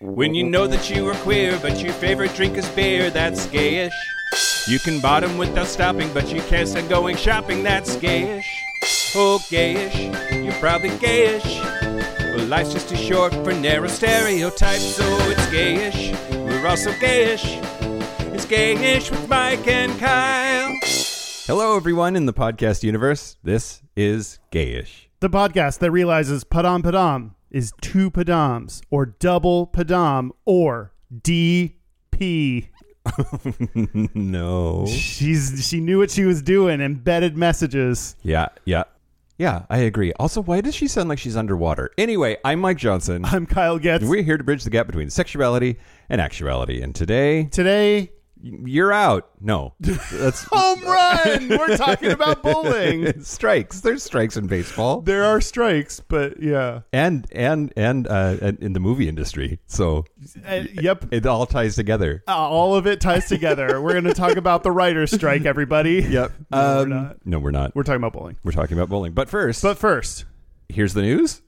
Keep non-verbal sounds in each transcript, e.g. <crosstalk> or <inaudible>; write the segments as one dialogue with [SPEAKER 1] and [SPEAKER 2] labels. [SPEAKER 1] When you know that you are queer, but your favorite drink is beer, that's gayish. You can bottom without stopping, but you can't stand going shopping, that's gayish. Oh, gayish, you're probably gayish. Well, life's just too short for narrow stereotypes, so it's gayish. We're also gayish. It's gayish with Mike and Kyle. Hello, everyone in the podcast universe. This is gayish. <laughs>
[SPEAKER 2] The podcast that realizes Padam Padam is two Padams or double Padam or DP.
[SPEAKER 1] no.
[SPEAKER 2] She's she knew what she was doing. Embedded messages.
[SPEAKER 1] Yeah, yeah. Yeah, I agree. Also, why does she sound like she's underwater? Anyway, I'm Mike <laughs> Johnson.
[SPEAKER 2] I'm Kyle Getz.
[SPEAKER 1] and We're here to bridge the gap between sexuality and actuality. And today,
[SPEAKER 2] Today,
[SPEAKER 1] you're out. No, <laughs> that's
[SPEAKER 2] home run. We're talking about
[SPEAKER 1] <laughs>
[SPEAKER 2] bowling.
[SPEAKER 1] strikes. There's strikes in baseball
[SPEAKER 2] There are strikes, but yeah,
[SPEAKER 1] and and and uh, and in the movie industry. So
[SPEAKER 2] Uh, yep.
[SPEAKER 1] it all ties together.
[SPEAKER 2] Uh, all of it ties together. We're going to talk about the writer's strike, everybody.
[SPEAKER 1] Yep.
[SPEAKER 2] No, we're not.
[SPEAKER 1] No, we're not. We're,
[SPEAKER 2] We're talking about bowling.
[SPEAKER 1] talking about bowling. But first,
[SPEAKER 2] But first,
[SPEAKER 1] here's the news.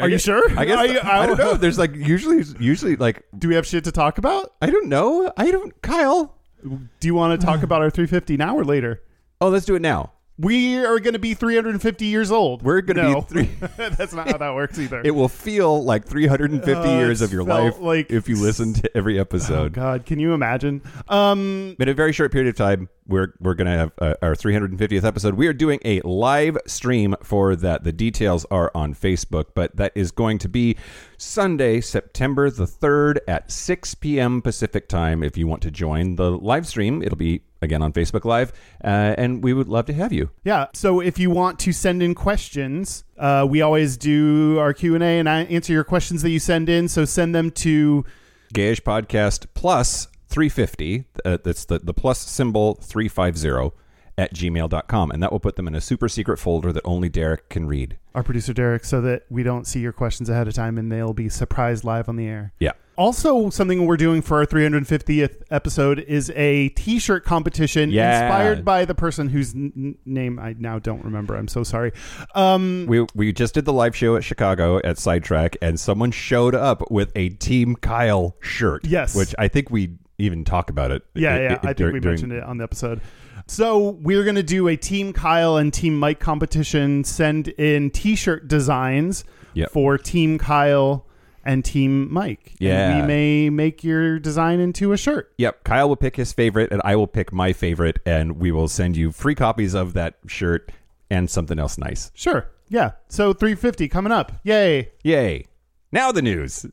[SPEAKER 2] Are you sure?
[SPEAKER 1] I guess
[SPEAKER 2] Are you-
[SPEAKER 1] I don't know. There's like usually usually like
[SPEAKER 2] do we have shit to talk about?
[SPEAKER 1] I don't know. I don't. Kyle.
[SPEAKER 2] Do you want to talk about our 350 now or later?
[SPEAKER 1] Oh, let's do it now.
[SPEAKER 2] We are going to be 350 years old.
[SPEAKER 1] We're gonna
[SPEAKER 2] No.
[SPEAKER 1] be three.
[SPEAKER 2] <laughs> That's not how that works either.
[SPEAKER 1] <laughs> It will feel like 350
[SPEAKER 2] Uh,
[SPEAKER 1] years
[SPEAKER 2] it
[SPEAKER 1] of your
[SPEAKER 2] felt
[SPEAKER 1] life
[SPEAKER 2] like-
[SPEAKER 1] if you listen to every
[SPEAKER 2] oh
[SPEAKER 1] episode.
[SPEAKER 2] God, can you imagine? Um,
[SPEAKER 1] in a very short period of time, we're we're gonna have uh, our 350th episode. We are doing a live stream for that. The details are on Facebook, but that is going to be Sunday, September the third at 6 p.m. Pacific time. If you want to join the live stream, it'll be again on Facebook Live, uh, and we would love to have you.
[SPEAKER 2] yeah. So if you want to send in questions, uh, we always do our Q and A, and I answer your questions that you send in. So send them to
[SPEAKER 1] Gayish Podcast plus 350. Uh, that's the, the plus symbol 350 at gmail.com. And that will put them in a super secret folder that only Derek can read.
[SPEAKER 2] our producer Derek, so that we don't see your questions ahead of time, and they'll be surprised live on the air.
[SPEAKER 1] Yeah.
[SPEAKER 2] Also, something we're doing for our 350th episode is a T-shirt competition
[SPEAKER 1] Yeah.
[SPEAKER 2] inspired by the person whose n- n- name I now don't remember. I'm so sorry. Um,
[SPEAKER 1] We, we just did the live show at Chicago at Sidetrack, and someone showed up with a Team Kyle shirt.
[SPEAKER 2] Yes.
[SPEAKER 1] Which I think we even talk about it.
[SPEAKER 2] Yeah,
[SPEAKER 1] it-
[SPEAKER 2] yeah.
[SPEAKER 1] it-
[SPEAKER 2] I think
[SPEAKER 1] during-
[SPEAKER 2] we
[SPEAKER 1] during-
[SPEAKER 2] mentioned it on the episode. So we're going to do a Team Kyle and Team Mike competition. Send in T-shirt designs
[SPEAKER 1] Yep.
[SPEAKER 2] for Team Kyle and Team Mike. And
[SPEAKER 1] Yeah.
[SPEAKER 2] we may make your design into a shirt.
[SPEAKER 1] Yep. Kyle will pick his favorite, and I will pick my favorite, and we will send you free copies of that shirt and something else nice.
[SPEAKER 2] Sure. Yeah. So 350 coming up. Yay.
[SPEAKER 1] Yay. Now the news.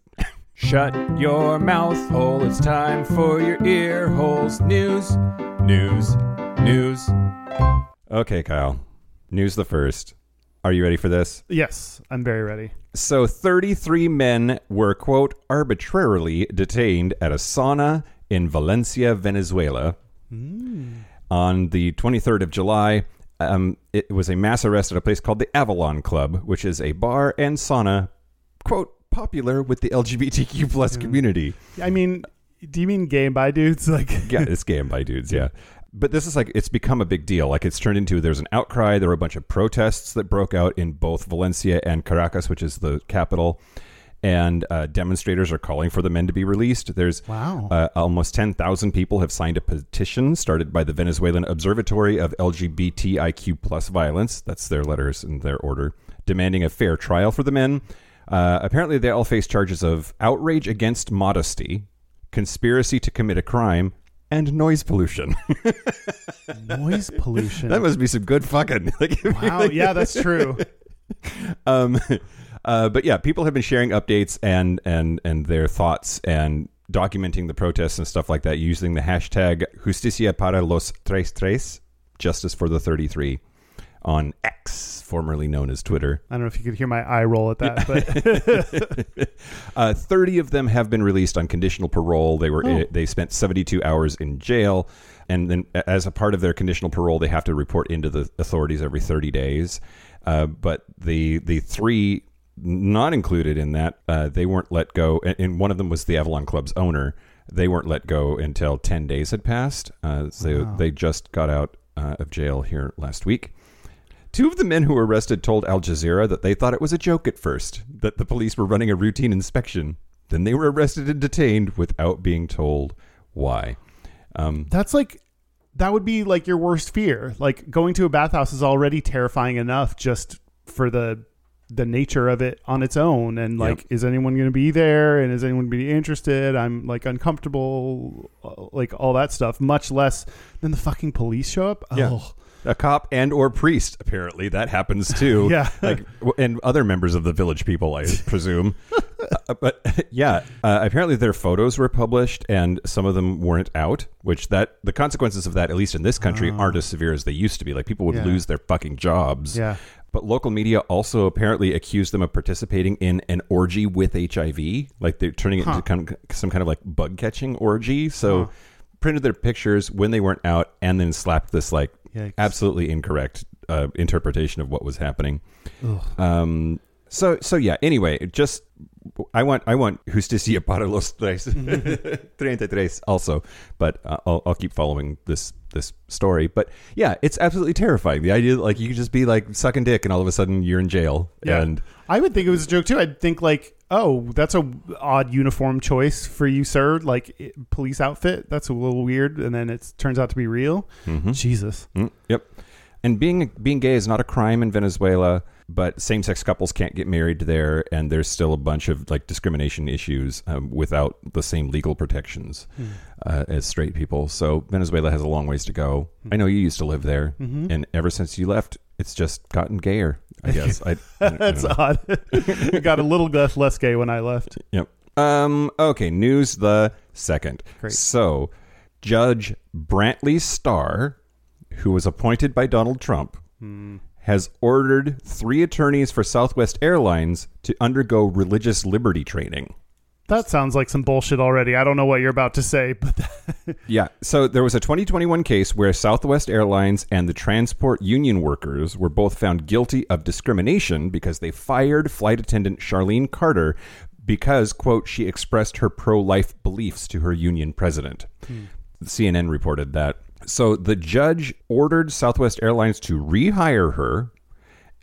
[SPEAKER 1] Shut your mouth hole. It's time for your ear holes. News, news, news. Okay, Kyle. News the first. Are you ready for this?
[SPEAKER 2] Yes, I'm very ready.
[SPEAKER 1] So, 33 men were, quote, arbitrarily detained at a sauna in Valencia, Venezuela on the 23rd of July. Um, it was a mass arrest at a place called the Avalon Club, which is a bar and sauna, quote, popular with the LGBTQ plus community.
[SPEAKER 2] I mean, do you mean gay and bi dudes? <laughs> Like,
[SPEAKER 1] <laughs> Yeah, it's gay and bi dudes, yeah. But this is like, it's become a big deal. Like, it's turned into, there's an outcry. There were a bunch of protests that broke out in both Valencia and Caracas, which is the capital. And uh, demonstrators are calling for the men to be released. There's
[SPEAKER 2] Wow.
[SPEAKER 1] uh, almost 10,000 people have signed a petition started by the Venezuelan Observatory of LGBTIQ plus violence. That's their letters in their order, demanding a fair trial for the men. Uh, apparently, they all face charges of outrage against modesty, conspiracy to commit a crime, and noise pollution. <laughs>
[SPEAKER 2] noise pollution.
[SPEAKER 1] that must be some good fucking. Like, if
[SPEAKER 2] wow. Yeah, that's true.
[SPEAKER 1] <laughs> um, uh, but yeah, people have been sharing updates and and and their thoughts and documenting the protests and stuff like that using the hashtag Justicia para los tres tres, justice for the thirty three, on X, formerly known as Twitter.
[SPEAKER 2] I don't know if you could hear my eye roll at that, but
[SPEAKER 1] Uh, thirty of them have been released on conditional parole. They were eh,
[SPEAKER 2] Oh.
[SPEAKER 1] they spent seventy two hours in jail. And then, a- as a part of their conditional parole, they have to report into the authorities every 30 days. Uh, but the the three not included in that, uh, they weren't let go. And, and one of them was the Avalon Club's owner. They weren't let go until 10 days had passed. Uh, so they just got out uh, of jail here last week. Two of the men who were arrested told Al Jazeera that they thought it was a joke at first, that the police were running a routine inspection. Then they were arrested and detained without being told why. Um,
[SPEAKER 2] That's like that would be like your worst fear. Like going to a bathhouse is already terrifying enough just for the the nature of it on its own and like is anyone going to be there and is anyone going to be interested? I'm like uncomfortable uh, like all that stuff much less than the fucking police show up.
[SPEAKER 1] Yeah.
[SPEAKER 2] Oh.
[SPEAKER 1] A cop and or priest, apparently that
[SPEAKER 2] <laughs>
[SPEAKER 1] happens too.
[SPEAKER 2] Yeah.
[SPEAKER 1] like w- and other members of the village people,
[SPEAKER 2] <laughs>
[SPEAKER 1] I presume. Uh, but yeah, uh, apparently their photos were published, and some of them weren't out. Which that the consequences of that, at least in this country, aren't as severe as they used to be. Like people would
[SPEAKER 2] Ah. Yeah.
[SPEAKER 1] lose their fucking jobs.
[SPEAKER 2] Yeah.
[SPEAKER 1] But local media also apparently accused them of participating in an orgy with HIV. Like they're turning it into kind of, some kind of like bug catching orgy. So printed their pictures when they weren't out and then slapped this like
[SPEAKER 2] Yikes.
[SPEAKER 1] absolutely incorrect uh, interpretation of what was happening. Um, so so yeah. Anyway, just I want I want justicia para los tres, <laughs> treinta y tres also, but uh, I'll, I'll keep following this this story. But yeah, it's absolutely terrifying. The idea that like you could just be like sucking dick and all of a sudden you're in jail. And
[SPEAKER 2] I would think it was a joke too. I'd think like, oh, that's a odd uniform choice for you, sir. Like i- police outfit. That's a little weird. And then it turns out to be real.
[SPEAKER 1] Mm-hmm.
[SPEAKER 2] Jesus.
[SPEAKER 1] Mm, yep. And being being gay is not a crime in Venezuela, but same sex couples can't get married there, and there's still a bunch of like discrimination issues um, without the same legal protections uh, as straight people. So Venezuela has a long ways to go. I know you used to live there, and ever since you left, it's just gotten gayer. I guess I, I don't- I don't
[SPEAKER 2] <laughs> That's
[SPEAKER 1] know.
[SPEAKER 2] odd. It Got a little less, less gay when I left.
[SPEAKER 1] Yep. Um, okay, news the second.
[SPEAKER 2] Great.
[SPEAKER 1] So, Judge Brantley Starr, who was appointed by Donald Trump, has ordered three attorneys for Southwest Airlines to undergo religious liberty training.
[SPEAKER 2] That sounds like some bullshit already. I don't know what you're about to say, but <laughs> that,
[SPEAKER 1] Yeah. So there was a 2021 case where Southwest Airlines and the transport union workers were both found guilty of discrimination because they fired flight attendant Charlene Carter because, quote, she expressed her pro life beliefs to her union president. CNN reported that. So the judge ordered Southwest Airlines to rehire her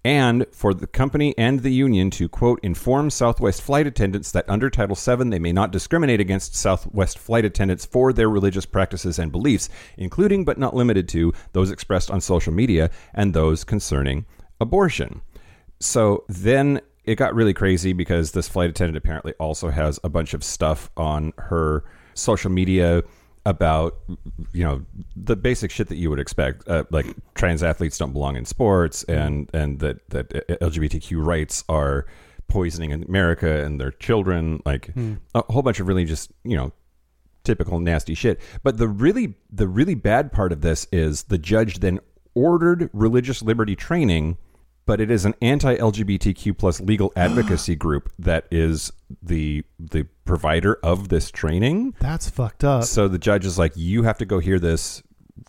[SPEAKER 1] and for the company and the union to quote inform southwest flight attendants that under title vii they may not discriminate against southwest flight attendants for their religious practices and beliefs including but not limited to those expressed on social media and those concerning abortion so then it got really crazy because this flight attendant apparently also has a bunch of stuff on her social media about you know the basic shit that you would expect uh, like trans athletes don't belong in sports and and that that LGBTQ rights are poisoning America and their children like a whole bunch of really just you know typical nasty shit. But the really the really bad part of this is the judge then ordered religious liberty training, but it is an anti-LGBTQ plus legal advocacy group that is the the provider of this training.
[SPEAKER 2] that's fucked up.
[SPEAKER 1] So the judge is like, you have to go hear this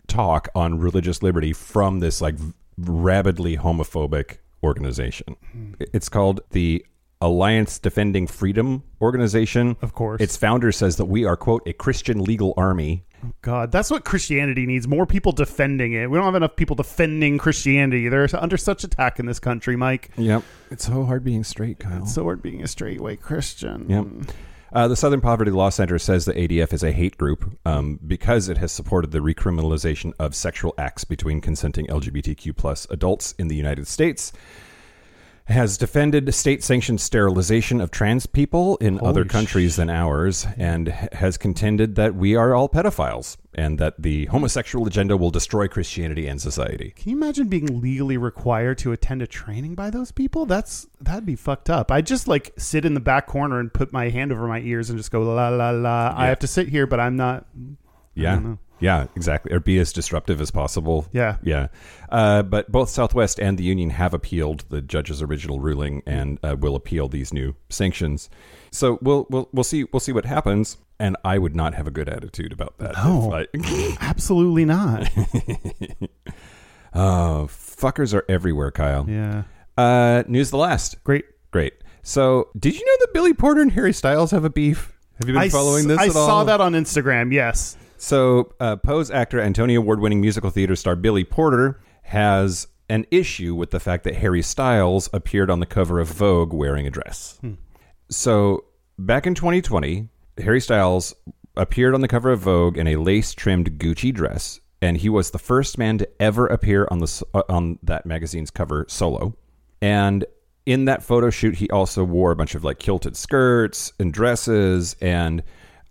[SPEAKER 1] talk on religious liberty from this like v- rabidly homophobic organization. It's called the Alliance Defending Freedom Organization.
[SPEAKER 2] Of course.
[SPEAKER 1] Its founder says that we are, quote, a Christian legal army.
[SPEAKER 2] God, that's what Christianity needs. More people defending it. We don't have enough people defending Christianity. They're under such attack in this country, Mike.
[SPEAKER 1] Yep. It's so hard being straight, Kyle.
[SPEAKER 2] So we're being a straight white Christian.
[SPEAKER 1] Yep. Uh, the Southern Poverty Law Center says the ADF is a hate group um, because it has supported the recriminalization of sexual acts between consenting LGBTQ plus adults in the United States, has defended state-sanctioned sterilization of trans people in other countries than ours, and h- has contended that we are all pedophiles and that the homosexual agenda will destroy Christianity and society.
[SPEAKER 2] Can you imagine being legally required to attend a training by those people? That's that'd be fucked up. I just like sit in the back corner and put my hand over my ears and just go la la la. I
[SPEAKER 1] Yeah.
[SPEAKER 2] have to sit here, but I'm not.
[SPEAKER 1] Yeah. Yeah, exactly. Or be as disruptive as possible.
[SPEAKER 2] Yeah.
[SPEAKER 1] Yeah. Uh, but both Southwest and the union have appealed the judge's original ruling and uh, will appeal these new sanctions. So we'll, we'll we'll see we'll see what happens. And I would not have a good attitude about that.
[SPEAKER 2] No.
[SPEAKER 1] If I- <laughs>
[SPEAKER 2] Absolutely not.
[SPEAKER 1] oh, fuckers are everywhere, Kyle.
[SPEAKER 2] yeah.
[SPEAKER 1] Uh, news the last.
[SPEAKER 2] Great.
[SPEAKER 1] Great. So did you know that Billy Porter and Harry Styles have a beef? Have you been
[SPEAKER 2] I
[SPEAKER 1] following
[SPEAKER 2] s-
[SPEAKER 1] this
[SPEAKER 2] I
[SPEAKER 1] at all?
[SPEAKER 2] saw that on Instagram. Yes.
[SPEAKER 1] So, uh, Poe's actor and Tony Award winning musical theater star Billy Porter has an issue with the fact that Harry Styles appeared on the cover of Vogue wearing a dress. So, Back in 2020, Harry Styles appeared on the cover of Vogue in a lace-trimmed Gucci dress, and he was the first man to ever appear on the s- uh, on that magazine's cover solo. And in that photo shoot, he also wore a bunch of like kilted skirts and dresses, and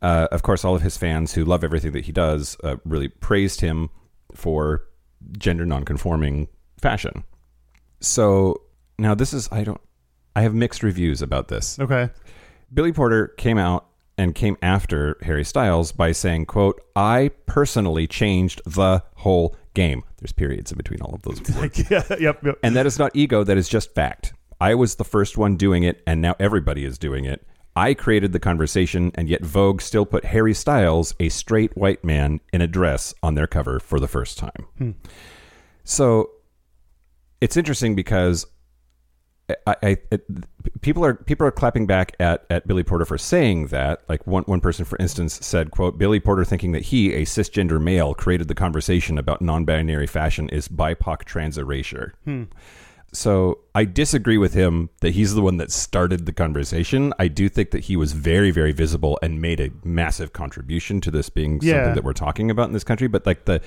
[SPEAKER 1] uh, of course, all of his fans who love everything that he does uh, really praised him for gender nonconforming fashion. So now this is I don't I have mixed reviews about this.
[SPEAKER 2] Okay.
[SPEAKER 1] Billy Porter came out and came after Harry Styles by saying, quote, I personally changed the whole game. There's periods in between all of those. words.
[SPEAKER 2] <laughs> yeah. Yep. yep.
[SPEAKER 1] and that is not ego, that is just fact. I was the first one doing it, and now everybody is doing it. I created the conversation, and yet Vogue still put Harry Styles, a straight white man, in a dress on their cover for the first time. So it's interesting because I, I it, people are people are clapping back at, at Billy Porter for saying that. Like one one person, for instance, said, "quote Billy Porter thinking that he, a cisgender male, created the conversation about non-binary fashion is BIPOC trans erasure." So I disagree with him that he's the one that started the conversation. I do think that he was very very visible and made a massive contribution to this being
[SPEAKER 2] Yeah.
[SPEAKER 1] something that we're talking about in this country. But like the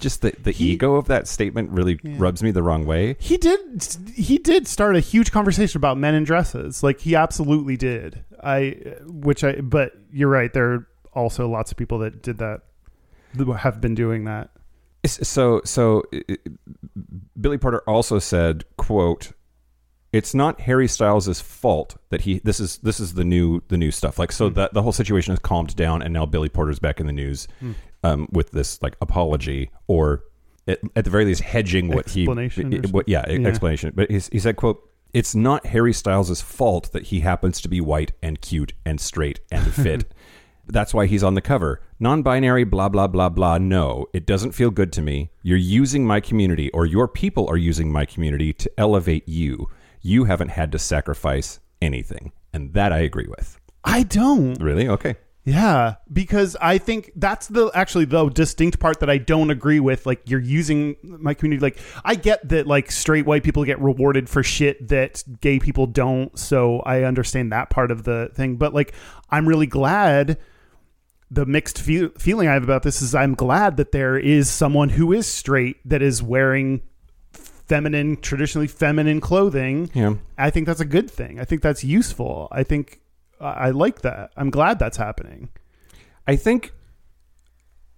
[SPEAKER 1] just the, the ego of that statement really rubs me the wrong way.
[SPEAKER 2] He did. He did start a huge conversation about men in dresses. Like he absolutely did. I, which I. But you're right. There are also lots of people that did that, that have been doing that.
[SPEAKER 1] S- so so i- i- billy porter also said quote it's not harry Styles' fault that he this is this is the new the new stuff like so
[SPEAKER 2] Hmm.
[SPEAKER 1] that the whole situation has calmed down and now billy porter's back in the news
[SPEAKER 2] Hmm.
[SPEAKER 1] um, with this like apology or at, at the very least hedging what he
[SPEAKER 2] Explanation or
[SPEAKER 1] i- i- what yeah, e-,
[SPEAKER 2] something. Yeah.
[SPEAKER 1] explanation but he's, he said quote it's not harry Styles' fault that he happens to be white and cute and straight and fit That's why he's on the cover. Non binary, blah, blah, blah, blah. No, it doesn't feel good to me. You're using my community, or your people are using my community to elevate you. You haven't had to sacrifice anything. And that I agree with.
[SPEAKER 2] I don't.
[SPEAKER 1] Really? Okay.
[SPEAKER 2] Yeah, because I think that's the actually the distinct part that I don't agree with. Like you're using my community. Like I get that like straight white people get rewarded for shit that gay people don't. So I understand that part of the thing. But like I'm really glad the mixed fe- feeling I have about this is I'm glad that there is someone who is straight that is wearing feminine, traditionally feminine clothing.
[SPEAKER 1] Yeah.
[SPEAKER 2] I think that's a good thing. I think that's useful. I think I I like that. I'm glad that's happening.
[SPEAKER 1] I think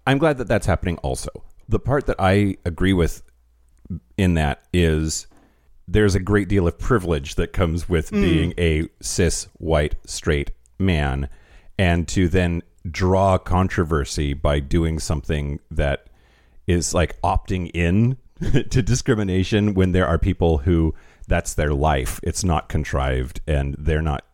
[SPEAKER 1] I'm glad that that's happening also. The part that I agree with in that is there's a great deal of privilege that comes with being a cis white straight man and to then draw controversy by doing something that is like opting in <laughs> to discrimination when there are people who that's their life it's not contrived and they're not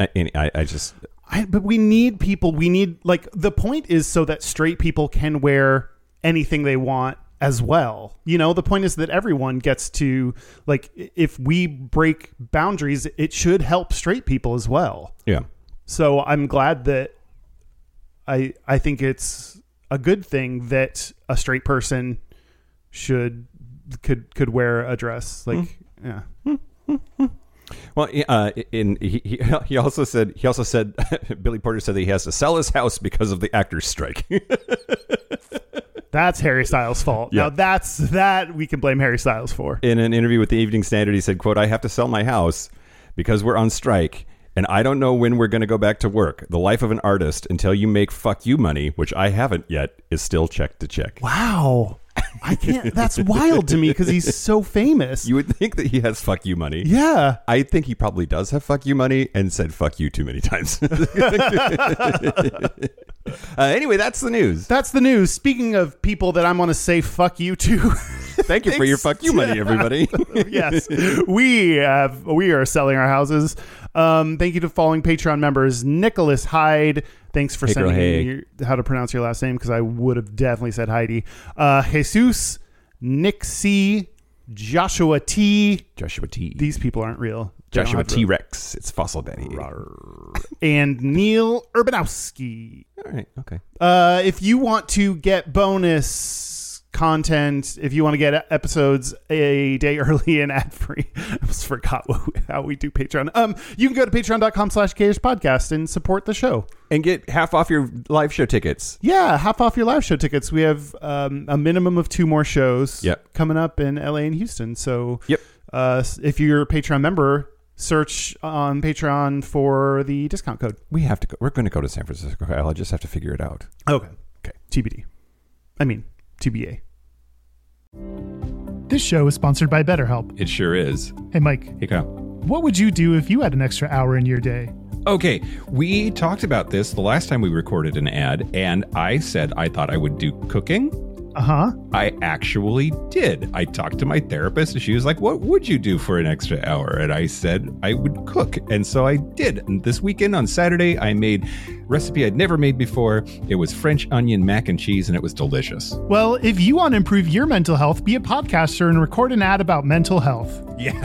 [SPEAKER 1] I, I, I just
[SPEAKER 2] I, but we need people. We need like the point is so that straight people can wear anything they want as well. You know, the point is that everyone gets to like i- if we break boundaries, it should help straight people as well.
[SPEAKER 1] yeah
[SPEAKER 2] So I'm glad that I I think it's a good thing that a straight person should could could wear a dress like yeah.
[SPEAKER 1] Well, uh, in he, he- <laughs> he also said he also said <laughs> Billy Porter said that he has to sell his house because of the actors' strike. <laughs>
[SPEAKER 2] That's Harry Styles' fault.
[SPEAKER 1] Yeah.
[SPEAKER 2] Now that's that we can blame Harry Styles for.
[SPEAKER 1] in an interview with the Evening Standard, he said, "quote I have to sell my house because we're on strike, and I don't know when we're going to go back to work. The life of an artist until you make fuck you money, which I haven't yet, is still check to check."
[SPEAKER 2] Wow. I can't. That's wild to me because he's so famous. <laughs>
[SPEAKER 1] You would think that he has fuck you money.
[SPEAKER 2] yeah.
[SPEAKER 1] I think he probably does have fuck you money and said fuck you too many times. <laughs> uh, anyway, that's the news.
[SPEAKER 2] That's the news. Speaking of people that I'm going to say fuck you to. <laughs>
[SPEAKER 1] Thank you for your fuck you money, <laughs> everybody.
[SPEAKER 2] yes. We have we are selling our houses. Um, thank you to following Patreon members Nicholas Hyde. Thanks for
[SPEAKER 1] girl,
[SPEAKER 2] sending
[SPEAKER 1] hey.
[SPEAKER 2] me your- how to pronounce your last name because I would have definitely said Heidi. Uh, Jesus, Nick C, Joshua T.
[SPEAKER 1] Joshua T.
[SPEAKER 2] These people aren't real. They don't
[SPEAKER 1] Joshua
[SPEAKER 2] have
[SPEAKER 1] T Rex. It's Fossil Benny.
[SPEAKER 2] real- And Neil Urbanowski.
[SPEAKER 1] All right. Okay.
[SPEAKER 2] Uh, if you want to get bonus content if you want to get e-, episodes a day <laughs> early and ad free <laughs> i almost forgot what, we- how we do patreon um you can go to patreon.com slash kh podcast and support the show
[SPEAKER 1] and get half off your live show tickets.
[SPEAKER 2] yeah half off your live show tickets we have um, a minimum of two more shows
[SPEAKER 1] Yep.
[SPEAKER 2] coming up in la and houston so
[SPEAKER 1] Yep.
[SPEAKER 2] uh if you're a patreon member search on patreon for the discount code
[SPEAKER 1] We have to go. We're going to go to San Francisco. I'll just have to figure it out.
[SPEAKER 2] okay okay tbd i mean tba
[SPEAKER 3] This show is sponsored by BetterHelp.
[SPEAKER 1] It sure is.
[SPEAKER 3] Hey, Mike,
[SPEAKER 1] Hey, come.
[SPEAKER 3] what would you do if you had an extra hour in your day?
[SPEAKER 1] Okay, we talked about this the last time we recorded an ad, and I said I thought I would do cooking.
[SPEAKER 3] Uh
[SPEAKER 2] Uh-huh.
[SPEAKER 3] huh.
[SPEAKER 1] I actually did. I talked to my therapist, and she was like, What would you do for an extra hour? And I said I would cook. And so I did. And this weekend on Saturday, I made <laughs> a recipe I'd never made before. It was French onion mac and cheese, and it was delicious.
[SPEAKER 3] Well, if you want to improve your mental health, be a podcaster and record an ad about mental health.
[SPEAKER 1] Yeah.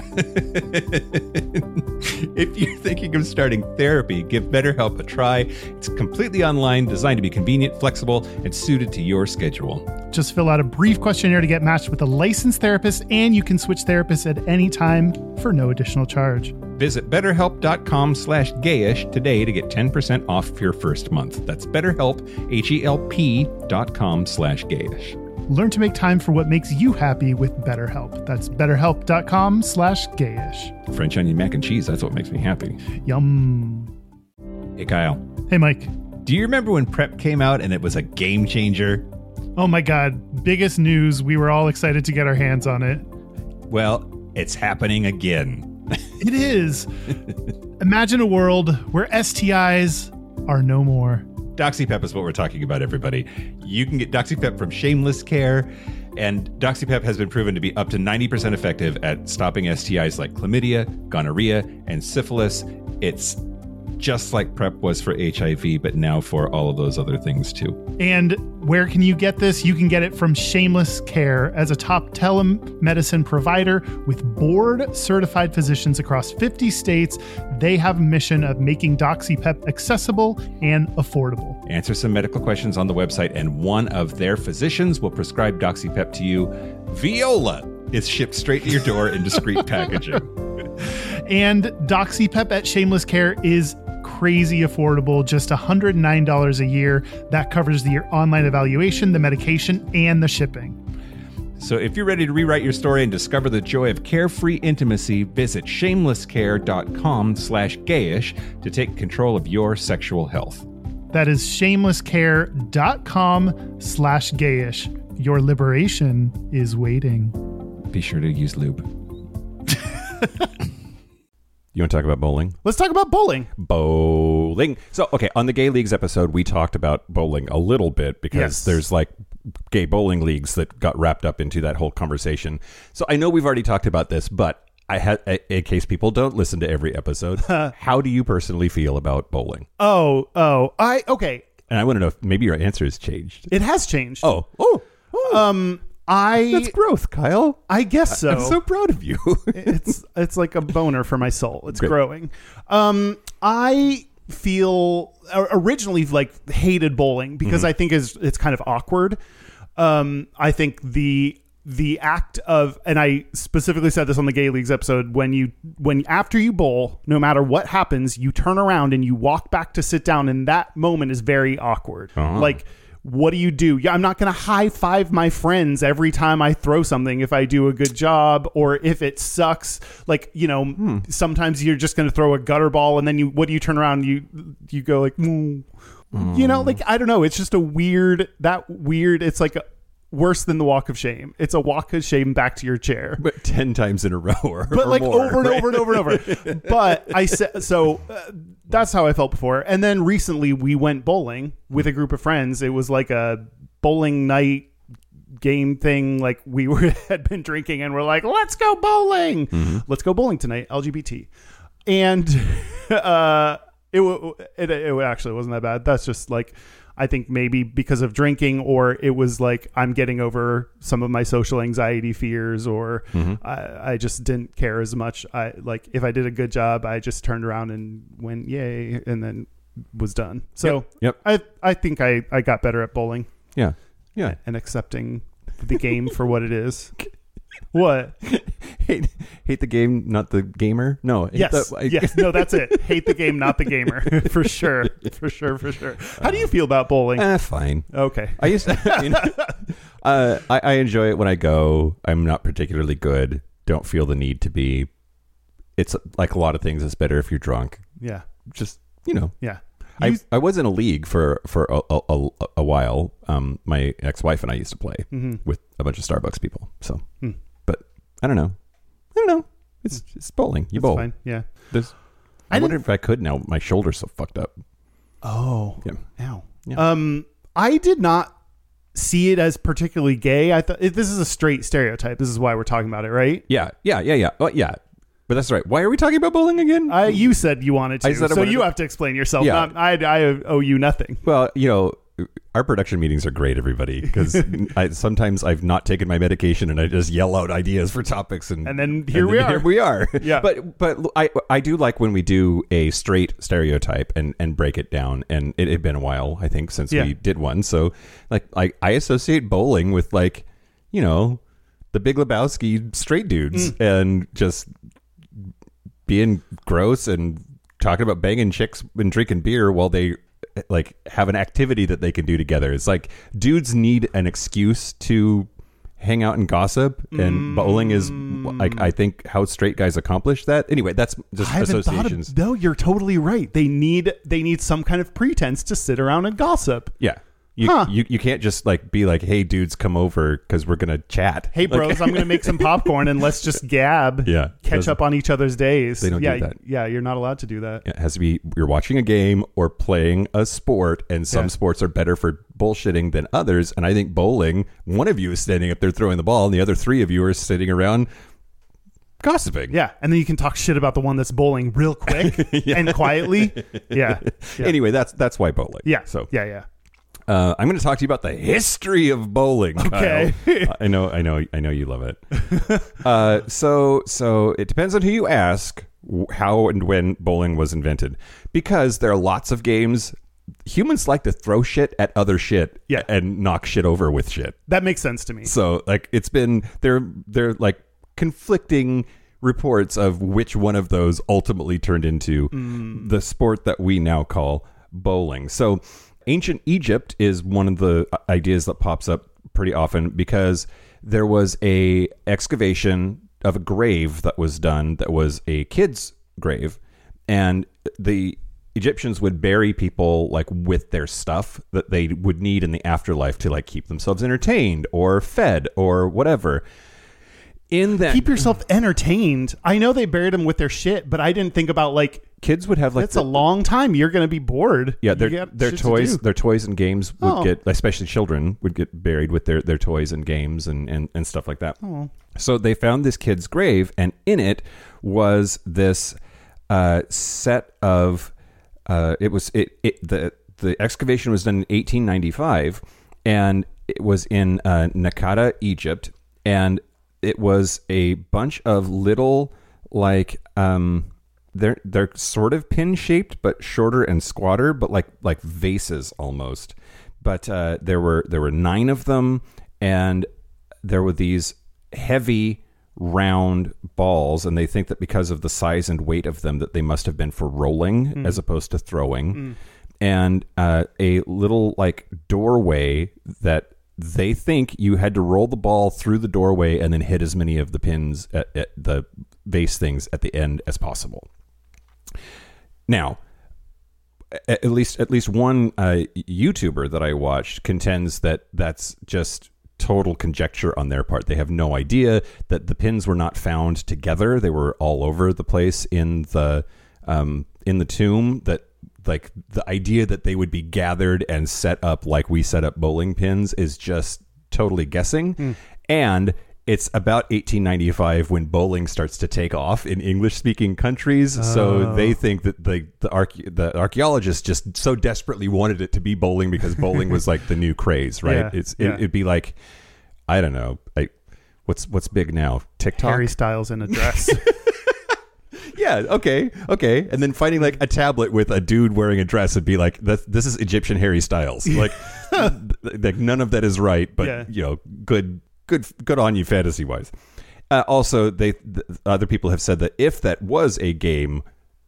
[SPEAKER 1] if you're thinking of starting therapy, give BetterHelp a try. It's completely online, designed to be convenient, flexible, and suited to your schedule.
[SPEAKER 3] Just fill out a brief questionnaire to get matched with a licensed therapist, and you can switch therapists at any time for no additional charge.
[SPEAKER 1] Visit betterhelp.com slash gayish today to get 10% off your first month. That's betterhelp, H-E-L-P dot com slash gayish.
[SPEAKER 3] Learn to make time for what makes you happy with BetterHelp. That's betterhelp.com slash gayish.
[SPEAKER 1] French onion mac and cheese, that's what makes me happy.
[SPEAKER 3] Yum.
[SPEAKER 1] Hey, Kyle.
[SPEAKER 3] Hey, Mike.
[SPEAKER 1] Do you remember when Prep came out and it was a game changer?
[SPEAKER 3] Oh my God. Biggest news. We were all excited to get our hands on it.
[SPEAKER 1] Well, it's happening again. <laughs>
[SPEAKER 3] It is. Imagine a world where STIs are no more.
[SPEAKER 1] DoxyPep is what we're talking about, everybody. You can get DoxyPep from Shameless Care, and DoxyPep has been proven to be up to 90% effective at stopping STIs like chlamydia, gonorrhea, and syphilis. It's just like PrEP was for HIV, but now for all of those other things too.
[SPEAKER 3] And where can you get this? You can get it from Shameless Care as a top telemedicine provider with board certified physicians across 50 states. They have a mission of making DoxyPep accessible and affordable.
[SPEAKER 1] Answer some medical questions on the website, and one of their physicians will prescribe DoxyPep to you. Viola! It's shipped straight to your door in discreet packaging.
[SPEAKER 3] And DoxyPep at Shameless Care is crazy affordable, just $109 a year. That covers the online evaluation, the medication, and the shipping.
[SPEAKER 1] So if you're ready to rewrite your story and discover the joy of carefree intimacy, visit shamelesscare.com slash gayish to take control of your sexual health.
[SPEAKER 3] That is shamelesscare.com slash gayish. Your liberation is waiting.
[SPEAKER 1] Be sure to use lube. you want to talk about bowling?
[SPEAKER 2] let's talk about bowling
[SPEAKER 1] Bowling. So, okay, on the Gay Leagues episode, we talked about bowling a little bit because
[SPEAKER 2] Yes.
[SPEAKER 1] there's like gay bowling leagues that got wrapped up into that whole conversation. So I know we've already talked about this, but I had, in case people don't listen to every <laughs> episode, how do you personally feel about bowling?
[SPEAKER 2] oh oh i okay
[SPEAKER 1] And I want to know if maybe your answer has changed.
[SPEAKER 2] It has changed.
[SPEAKER 1] Oh, oh,
[SPEAKER 2] Um, I
[SPEAKER 1] that's growth, Kyle.
[SPEAKER 3] <laughs>
[SPEAKER 2] I guess so.
[SPEAKER 1] I'm so proud of <laughs> you.
[SPEAKER 2] it's it's like a boner for my soul. It's
[SPEAKER 1] Great.
[SPEAKER 2] growing. Um, I feel or- originally like hated bowling because I think is it's kind of awkward. Um, I think the the act of and I specifically said this on the gay leagues episode when you when after you bowl no matter what happens you turn around and you walk back to sit down and that moment is very awkward like what do you do? Yeah, I'm not going to high five my friends every time I throw something if I do a good job or if it sucks. Like, you know, sometimes you're just going to throw a gutter ball and then you what do you turn around and you you go like, "Mm." you know, like I don't know, it's just a weird that weird it's like a, worse than the walk of shame. It's a walk of shame back to your chair
[SPEAKER 1] but ten times in a row, or or
[SPEAKER 2] but like
[SPEAKER 1] more,
[SPEAKER 2] over and
[SPEAKER 1] right?
[SPEAKER 2] over and over and
[SPEAKER 1] <laughs>
[SPEAKER 2] over. but I said so. Uh, that's how I felt before. And then recently we went bowling with a group of friends. It was like a bowling night game thing. Like we <laughs> were had been drinking and we're like, let's go bowling.
[SPEAKER 1] Mm-hmm.
[SPEAKER 2] Let's go bowling tonight. LGBT. And <laughs> uh, it, wa- it it actually wasn't that bad. That's just like. I think maybe because of drinking, or it was like I'm getting over some of my social anxiety fears, or
[SPEAKER 1] Mm-hmm.
[SPEAKER 2] I, I just didn't care as much. I like if I did a good job, I just turned around and went yay, and then was done. So
[SPEAKER 1] Yep.
[SPEAKER 2] I I think I I got better at bowling
[SPEAKER 1] Yeah, yeah.
[SPEAKER 2] and accepting the game for what it is. What?
[SPEAKER 1] <laughs> <laughs> hate, hate the game, not the gamer. No. hate
[SPEAKER 2] Yes.
[SPEAKER 1] the- I-
[SPEAKER 2] yes. No, that's it. Hate the game, not the gamer.
[SPEAKER 1] <laughs>
[SPEAKER 2] for sure. For sure. For sure. How
[SPEAKER 1] Uh,
[SPEAKER 2] do you feel about bowling?
[SPEAKER 1] Eh, fine.
[SPEAKER 2] Okay.
[SPEAKER 1] I used to. <laughs> I, mean, uh, I, I enjoy it when I go. I'm not particularly good. Don't feel the need to be. It's like a lot of things. It's better if you're drunk.
[SPEAKER 2] Yeah.
[SPEAKER 1] Just you know.
[SPEAKER 2] Yeah.
[SPEAKER 1] I,
[SPEAKER 2] You-
[SPEAKER 1] I was in a league for for a, a, a, a while. Um, my ex wife and I used to play
[SPEAKER 2] mm-hmm.
[SPEAKER 1] with a bunch of Starbucks people. So,
[SPEAKER 2] Hmm.
[SPEAKER 1] but I don't know. I don't know. It's it's bowling. You
[SPEAKER 2] That's
[SPEAKER 1] bowl.
[SPEAKER 2] fine. Yeah.
[SPEAKER 1] There's, I,
[SPEAKER 2] I
[SPEAKER 1] wonder if I could now. My shoulder's so fucked up.
[SPEAKER 2] Oh.
[SPEAKER 1] Yeah.
[SPEAKER 2] Ow.
[SPEAKER 1] Yeah.
[SPEAKER 2] Um, I did not see it as particularly gay. I thought this is a straight stereotype. This is why we're talking about it, right?
[SPEAKER 1] Yeah. Yeah. Yeah. Yeah. Oh, yeah. But that's right. Why are we talking about bowling again?
[SPEAKER 2] I, you said you wanted to,
[SPEAKER 1] Hmm. I said I
[SPEAKER 2] so
[SPEAKER 1] wanted
[SPEAKER 2] you
[SPEAKER 1] to-
[SPEAKER 2] have to explain yourself.
[SPEAKER 1] Yeah.
[SPEAKER 2] Not, I, I owe you nothing.
[SPEAKER 1] Well, you know, our production meetings are great, everybody,
[SPEAKER 2] <laughs>
[SPEAKER 1] because I, sometimes I've not taken my medication and I just yell out ideas for topics, and
[SPEAKER 2] And then here we are.
[SPEAKER 1] Here we are.
[SPEAKER 2] <laughs> Yeah.
[SPEAKER 1] But but I I do like when we do a straight stereotype and and break it down, and it had been a while I think since
[SPEAKER 2] Yeah.
[SPEAKER 1] we did one, so like I I associate bowling with like you know the Big Lebowski straight dudes
[SPEAKER 2] Mm.
[SPEAKER 1] and just being gross and talking about banging chicks and drinking beer while they like have an activity that they can do together. It's like dudes need an excuse to hang out and gossip and bowling is like I think how straight guys accomplish that. Anyway, that's just
[SPEAKER 2] I haven't thought
[SPEAKER 1] associations.
[SPEAKER 2] of, no, you're totally right. They need they need some kind of pretense to sit around and gossip.
[SPEAKER 1] yeah. You,
[SPEAKER 2] Huh.
[SPEAKER 1] you you can't just like be like, "Hey dudes, come over cuz we're going to chat."
[SPEAKER 2] Hey
[SPEAKER 1] Like, <laughs>
[SPEAKER 2] bros, I'm going to make some popcorn and let's just gab.
[SPEAKER 1] Yeah.
[SPEAKER 2] Catch
[SPEAKER 1] Those-
[SPEAKER 2] up on each other's days.
[SPEAKER 1] They don't do
[SPEAKER 2] yeah,
[SPEAKER 1] that.
[SPEAKER 2] Yeah, you're not allowed to do that.
[SPEAKER 1] It has to be you're watching a game or playing a sport, and some
[SPEAKER 2] Yeah.
[SPEAKER 1] sports are better for bullshitting than others. And I think bowling, one of you is standing up there throwing the ball, and the other three of you are sitting around gossiping.
[SPEAKER 2] Yeah, and then you can talk shit about the one that's bowling real quick
[SPEAKER 1] <laughs>
[SPEAKER 2] and quietly. Yeah. yeah.
[SPEAKER 1] Anyway, that's that's why bowling.
[SPEAKER 2] yeah.
[SPEAKER 1] So
[SPEAKER 2] yeah, yeah.
[SPEAKER 1] uh, I'm going to talk to you about the history of bowling.
[SPEAKER 2] Okay.
[SPEAKER 1] Kyle. Uh, I know, I know, I know you love it. <laughs> uh, so, so it depends on who you ask w- how and when bowling was invented, because there are lots of games. Humans like to throw shit at other shit,
[SPEAKER 2] Yeah.
[SPEAKER 1] and knock shit over with shit.
[SPEAKER 2] That makes sense to me.
[SPEAKER 1] So, like, it's been there. There like conflicting reports of which one of those ultimately turned into the sport that we now call bowling. So, ancient Egypt is one of the uh, ideas that pops up pretty often because there was a excavation of a grave that was done that was a kid's grave, and the Egyptians would bury people like with their stuff that they would need in the afterlife to like keep themselves entertained or fed or whatever. In that,
[SPEAKER 2] Keep yourself entertained. I know they buried him with their shit, but I didn't think about like
[SPEAKER 1] kids would have like
[SPEAKER 2] it's a long time. You're going to be bored.
[SPEAKER 1] yeah
[SPEAKER 2] You
[SPEAKER 1] their
[SPEAKER 2] got
[SPEAKER 1] their
[SPEAKER 2] shit to
[SPEAKER 1] toys
[SPEAKER 2] do.
[SPEAKER 1] their toys and games would
[SPEAKER 2] Oh.
[SPEAKER 1] get especially children would get buried with their their toys and games and and, and stuff like that. So they found this kid's grave, and in it was this uh, set of uh, it was it, it the the excavation was done in 1895, and it was in uh, Nakata, Egypt, and it was a bunch of little like um they're they're sort of pin shaped but shorter and squatter but like like vases almost but uh there were there were nine of them and there were these heavy round balls and they think that because of the size and weight of them that they must have been for rolling as opposed to throwing and uh, a little like doorway that they think you had to roll the ball through the doorway and then hit as many of the pins at, at the base things at the end as possible now at at least at least one uh, YouTuber that I watched contends that that's just total conjecture on their part. They have no idea that the pins were not found together; they were all over the place in the um, in the tomb. That like the idea that they would be gathered and set up like we set up bowling pins is just totally guessing.
[SPEAKER 2] Hmm.
[SPEAKER 1] And it's about 1895 when bowling starts to take off in English speaking countries. So
[SPEAKER 2] Oh.
[SPEAKER 1] they think that the the, archae- the archaeologists just so desperately wanted it to be bowling because bowling was like the new craze, right?
[SPEAKER 2] Yeah,
[SPEAKER 1] it's
[SPEAKER 2] yeah.
[SPEAKER 1] It, it'd be like I don't know, like what's what's big now? TikTok.
[SPEAKER 2] Harry Styles in a dress.
[SPEAKER 1] Yeah, okay, okay. And then finding like a tablet with a dude wearing a dress would be like, this, this is Egyptian Harry Styles. Like, th- like none of that is right, but
[SPEAKER 2] Yeah.
[SPEAKER 1] you know, good good good on you fantasy wise. Uh, also, they th- other people have said that if that was a game,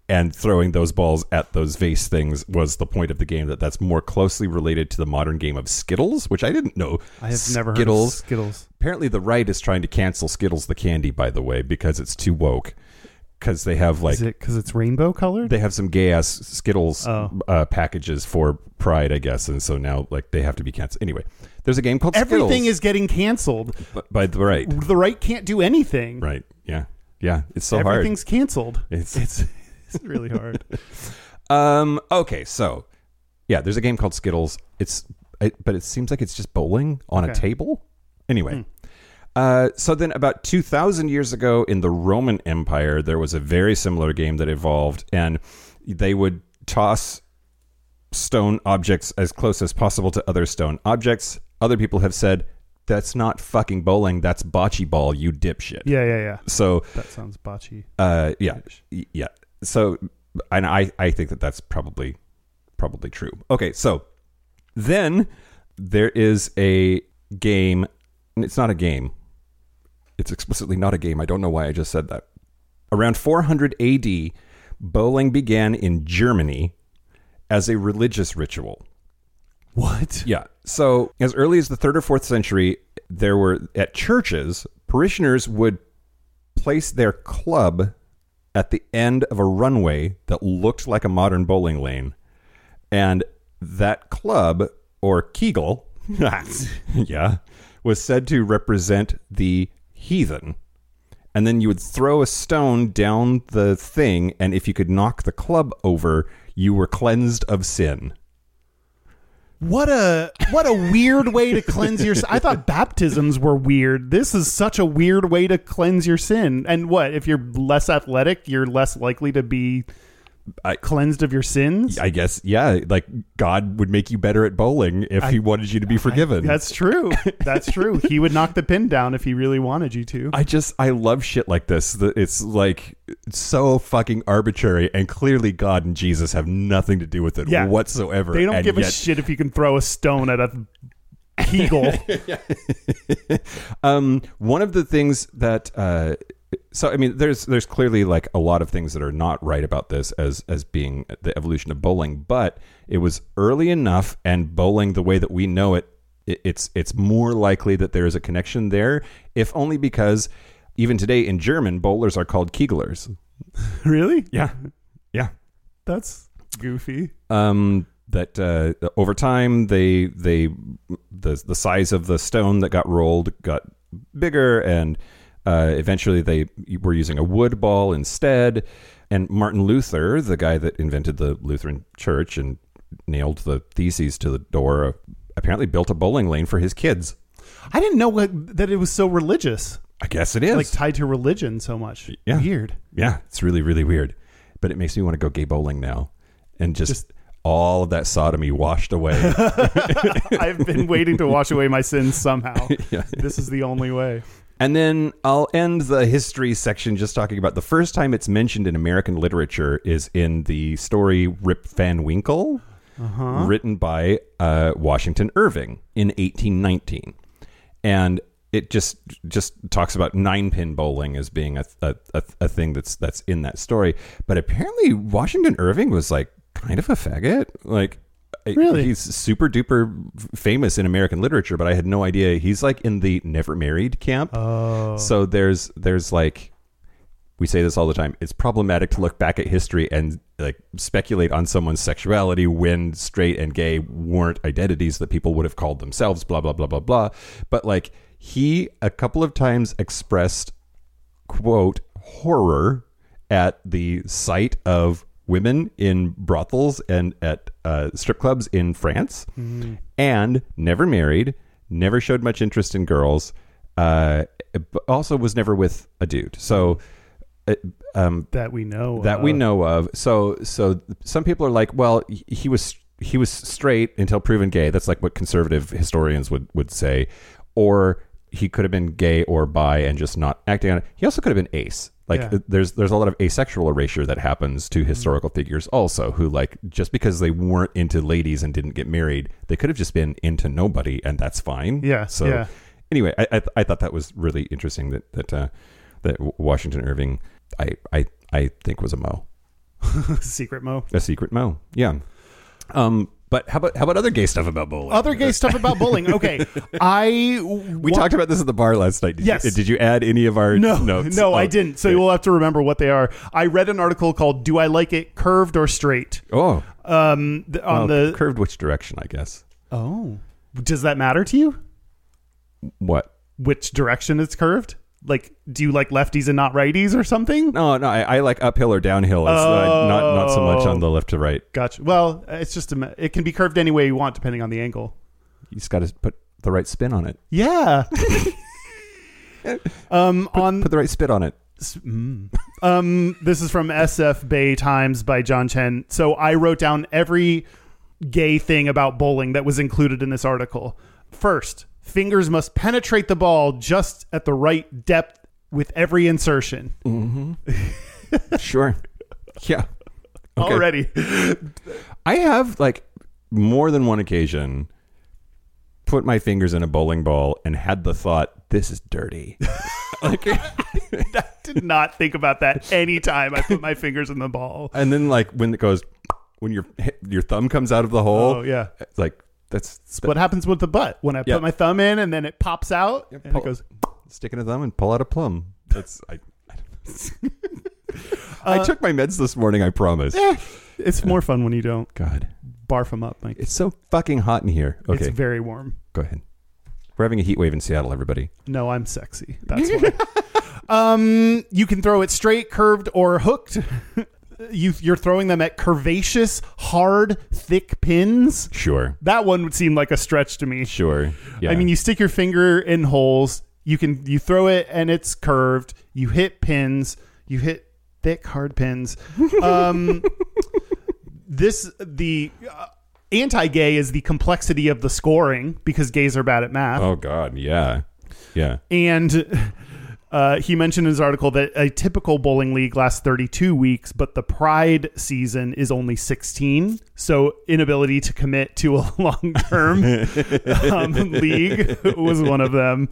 [SPEAKER 1] and throwing those balls at those vase things was the point of the game. That that's more closely related to the modern game of Skittles, which I didn't know.
[SPEAKER 2] I have never heard of
[SPEAKER 1] Skittles.
[SPEAKER 2] Skittles.
[SPEAKER 1] Apparently, the right is trying to cancel Skittles the candy, by the way, because it's too woke. Because they have like
[SPEAKER 2] Is it because it's rainbow colored?
[SPEAKER 1] they have some gay ass Skittles
[SPEAKER 2] Oh.
[SPEAKER 1] uh, packages for Pride, I guess, and so now like they have to be canceled. Anyway, there's a game called
[SPEAKER 2] Everything
[SPEAKER 1] Skittles
[SPEAKER 2] is getting canceled.
[SPEAKER 1] b- by the right,
[SPEAKER 2] The right can't do anything.
[SPEAKER 1] right, yeah, yeah. It's so hard.
[SPEAKER 2] Everything's canceled.
[SPEAKER 1] It's it's
[SPEAKER 2] It's really hard.
[SPEAKER 1] um okay. So yeah, there's a game called Skittles. It's it, but it seems like it's just bowling on a
[SPEAKER 2] Okay. Hmm.
[SPEAKER 1] table. Anyway. Uh, so then, about 2,000 years ago in the Roman Empire, there was a very similar game that evolved, and they would toss stone objects as close as possible to other stone objects. Other people have said, that's not fucking bowling, that's bocce ball, you dipshit.
[SPEAKER 2] <laughs> yeah, yeah, yeah.
[SPEAKER 1] So
[SPEAKER 2] That sounds botchy.
[SPEAKER 1] uh, yeah, Y- yeah. So, and I, I think that that's probably, probably true. Okay, so then there is a game. and It's not a game. It's explicitly not a game. I don't know why I just said that. Around 400 AD, bowling began in Germany as a religious ritual.
[SPEAKER 2] What?
[SPEAKER 1] Yeah. So, as early as the third or fourth century, there were at churches, parishioners would place their club at the end of a runway that looked like a modern bowling lane. And that club, or kegel, <laughs> yeah, was said to represent the heathen. And then you would throw a stone down the thing, and if you could knock the club over, you were cleansed of sin.
[SPEAKER 2] What a what a weird way to cleanse your. I thought baptisms were weird. This is such a weird way to cleanse your sin. And what if you're less athletic? You're less likely to be
[SPEAKER 1] I-
[SPEAKER 2] cleansed of your sins.
[SPEAKER 1] I guess, yeah, like God would make you better at bowling if he wanted you to be forgiven.
[SPEAKER 2] That's true. That's true. he would knock the pin down if he really wanted you to.
[SPEAKER 1] I just, I love shit like this. The- It's like so fucking arbitrary, and clearly God and Jesus have nothing to do with it
[SPEAKER 2] Yeah.
[SPEAKER 1] whatsoever.
[SPEAKER 2] They don't
[SPEAKER 1] and
[SPEAKER 2] give a
[SPEAKER 1] yet-
[SPEAKER 2] shit if you can throw a stone at a <laughs> kegel.
[SPEAKER 1] Um, one of the things that, uh, so I mean, there's there's clearly like a lot of things that are not right about this as as being the evolution of bowling, but it was early enough, and bowling the way that we know it, it it's it's more likely that there is a connection there, if only because even today in German, bowlers are called Keglers.
[SPEAKER 2] really?
[SPEAKER 1] Yeah, yeah.
[SPEAKER 2] That's goofy.
[SPEAKER 1] Um, that uh, over time they they the the size of the stone that got rolled got bigger, and uh, eventually they were using a wood ball instead. And Martin Luther, the guy that invented the Lutheran Church and nailed the theses to the door, uh, apparently built a bowling lane for his kids.
[SPEAKER 2] I didn't know what, that it was so religious,
[SPEAKER 1] I guess it is.
[SPEAKER 2] like tied to religion so much.
[SPEAKER 1] Yeah.
[SPEAKER 2] Weird.
[SPEAKER 1] yeah, it's really really weird, but it makes me want to go gay bowling now, and just. all of that sodomy washed away.
[SPEAKER 2] <laughs> I've <laughs> been waiting to wash away my sins <laughs> somehow.
[SPEAKER 1] Yeah.
[SPEAKER 2] This is the only way.
[SPEAKER 1] And then I'll end the history section just talking about the first time it's mentioned in American literature is in the story Rip Van Winkle,
[SPEAKER 2] Uh-huh.
[SPEAKER 1] written by uh, Washington Irving in 1819. And it just just talks about nine pin bowling as being a, a, a, a thing that's that's in that story. But apparently Washington Irving was like kind of a faggot. Like
[SPEAKER 2] Really?
[SPEAKER 1] he's super duper famous in American literature, but I had no idea he's like in the never married camp.
[SPEAKER 2] Oh.
[SPEAKER 1] So there's there's like we say this all the time. It's problematic to look back at history and like speculate on someone's sexuality when straight and gay weren't identities that people would have called themselves. Blah blah blah blah blah. But like he a couple of times expressed quote horror at the sight of women in brothels and at uh, strip clubs in France, and never married, never showed much interest in girls, uh, but also was never with a dude. So. uh, Um,
[SPEAKER 2] That we know.
[SPEAKER 1] that we
[SPEAKER 2] of.
[SPEAKER 1] know of. So so some people are like, well, he he was he was straight until proven gay. That's like what conservative historians would would say, or he could have been gay or bi and just not acting on it. He also could have been ace. Like uh,
[SPEAKER 2] Yeah. Mm-hmm.
[SPEAKER 1] there's there's a lot of asexual erasure that happens to historical figures also who like just because they weren't into ladies and didn't get married, they could have just been into nobody and that's fine. <laughs>
[SPEAKER 2] Yeah, <laughs>
[SPEAKER 1] So
[SPEAKER 2] yeah.
[SPEAKER 1] anyway, I I, th- I thought that was really interesting that that uh, that Washington Irving, I I I think was a mo,
[SPEAKER 2] Secret Mo.
[SPEAKER 1] a secret mo. Yeah. Um. But how about how about other gay stuff about bowling? <laughs>
[SPEAKER 2] Other gay stuff <laughs> about bullying. Okay, I
[SPEAKER 1] We talked about this at the bar last night. Did
[SPEAKER 2] Yes.
[SPEAKER 1] You, uh, did you add any of our
[SPEAKER 2] No,
[SPEAKER 1] notes?
[SPEAKER 2] no, I
[SPEAKER 1] Oh,
[SPEAKER 2] didn't. So
[SPEAKER 1] great.
[SPEAKER 2] you'll have to remember what they are. I read an article called "Do I Like It Curved or Straight?"
[SPEAKER 1] Oh,
[SPEAKER 2] Um, th-
[SPEAKER 1] well,
[SPEAKER 2] on the
[SPEAKER 1] curved which direction? I guess.
[SPEAKER 2] oh, does that matter to you?
[SPEAKER 1] What?
[SPEAKER 2] Which direction it's curved? Like, do you like lefties and not righties or something?
[SPEAKER 1] No, no, I, I like uphill or downhill. It's uh, not not so much
[SPEAKER 2] Oh.
[SPEAKER 1] on the left to right.
[SPEAKER 2] Gotcha. Well, it's just a, ma- it can be curved any way you want depending on the angle.
[SPEAKER 1] You just got to put the right spin on it. <laughs>
[SPEAKER 2] Yeah. um, on
[SPEAKER 1] Put the right spit on it.
[SPEAKER 2] Um, this is from SF Bay Times by John Chen. So I wrote down every gay thing about bowling that was included in this article. First, fingers must penetrate the ball just at the right depth with every insertion.
[SPEAKER 1] Sure. <laughs> Yeah. Okay.
[SPEAKER 2] Already.
[SPEAKER 1] I have like more than one occasion put my fingers in a bowling ball and had the thought, "This is dirty." like,
[SPEAKER 2] Did not think about that any time I put my <laughs> fingers in the ball.
[SPEAKER 1] and then like when it goes, when your your thumb comes out of the hole,
[SPEAKER 2] Oh, yeah.
[SPEAKER 1] it's like that's that-
[SPEAKER 2] What happens with the butt? When I
[SPEAKER 1] Yeah.
[SPEAKER 2] put my thumb in and then it pops out and
[SPEAKER 1] pull-
[SPEAKER 2] it goes
[SPEAKER 1] sticking a thumb and pull out a plum. That's I. I, I
[SPEAKER 2] Uh,
[SPEAKER 1] took my meds this morning. I promise.
[SPEAKER 2] "Eh." It's more fun when you don't
[SPEAKER 1] God,
[SPEAKER 2] barf them up, Mike.
[SPEAKER 1] it's so fucking hot in here. Okay,
[SPEAKER 2] It's very warm.
[SPEAKER 1] go ahead. We're having a heat wave in Seattle, everybody.
[SPEAKER 2] No, I'm sexy. That's why. <laughs> um, you can throw it straight, curved, or hooked. <laughs> you, you're throwing them at curvaceous, hard, thick pins.
[SPEAKER 1] Sure,
[SPEAKER 2] That one would seem like a stretch to me.
[SPEAKER 1] sure. Yeah.
[SPEAKER 2] I mean, you stick your finger in holes. You can you throw it and it's curved. You hit pins. You hit thick hard pins. Um, this the uh, anti-gay is the complexity of the scoring because gays are bad at math
[SPEAKER 1] Oh God, yeah, yeah.
[SPEAKER 2] and uh, he mentioned in his article that a typical bowling league lasts 32 weeks, but the Pride season is only 16. So inability to commit to a <laughs> long term um, league <laughs> was one of them.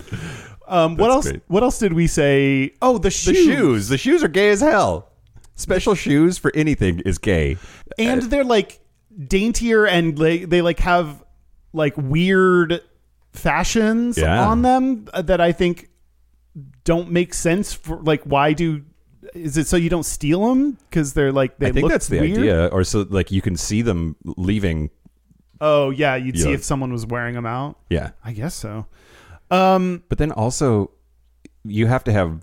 [SPEAKER 2] Um, what else?
[SPEAKER 1] great.
[SPEAKER 2] What else did we say? Oh, the shoe.
[SPEAKER 1] The shoes. The shoes are gay as hell. Special shoes for anything is gay.
[SPEAKER 2] and they're like daintier and like, they like have like weird fashions
[SPEAKER 1] Yeah.
[SPEAKER 2] on them that I think don't make sense for like why do is it so you don't steal them because they're like they
[SPEAKER 1] I think
[SPEAKER 2] look
[SPEAKER 1] that's the
[SPEAKER 2] weird?
[SPEAKER 1] idea, or so like you can see them leaving.
[SPEAKER 2] oh yeah you'd see
[SPEAKER 1] Yeah.
[SPEAKER 2] if someone was wearing them out
[SPEAKER 1] Yeah,
[SPEAKER 2] I guess so
[SPEAKER 1] but then also you have to have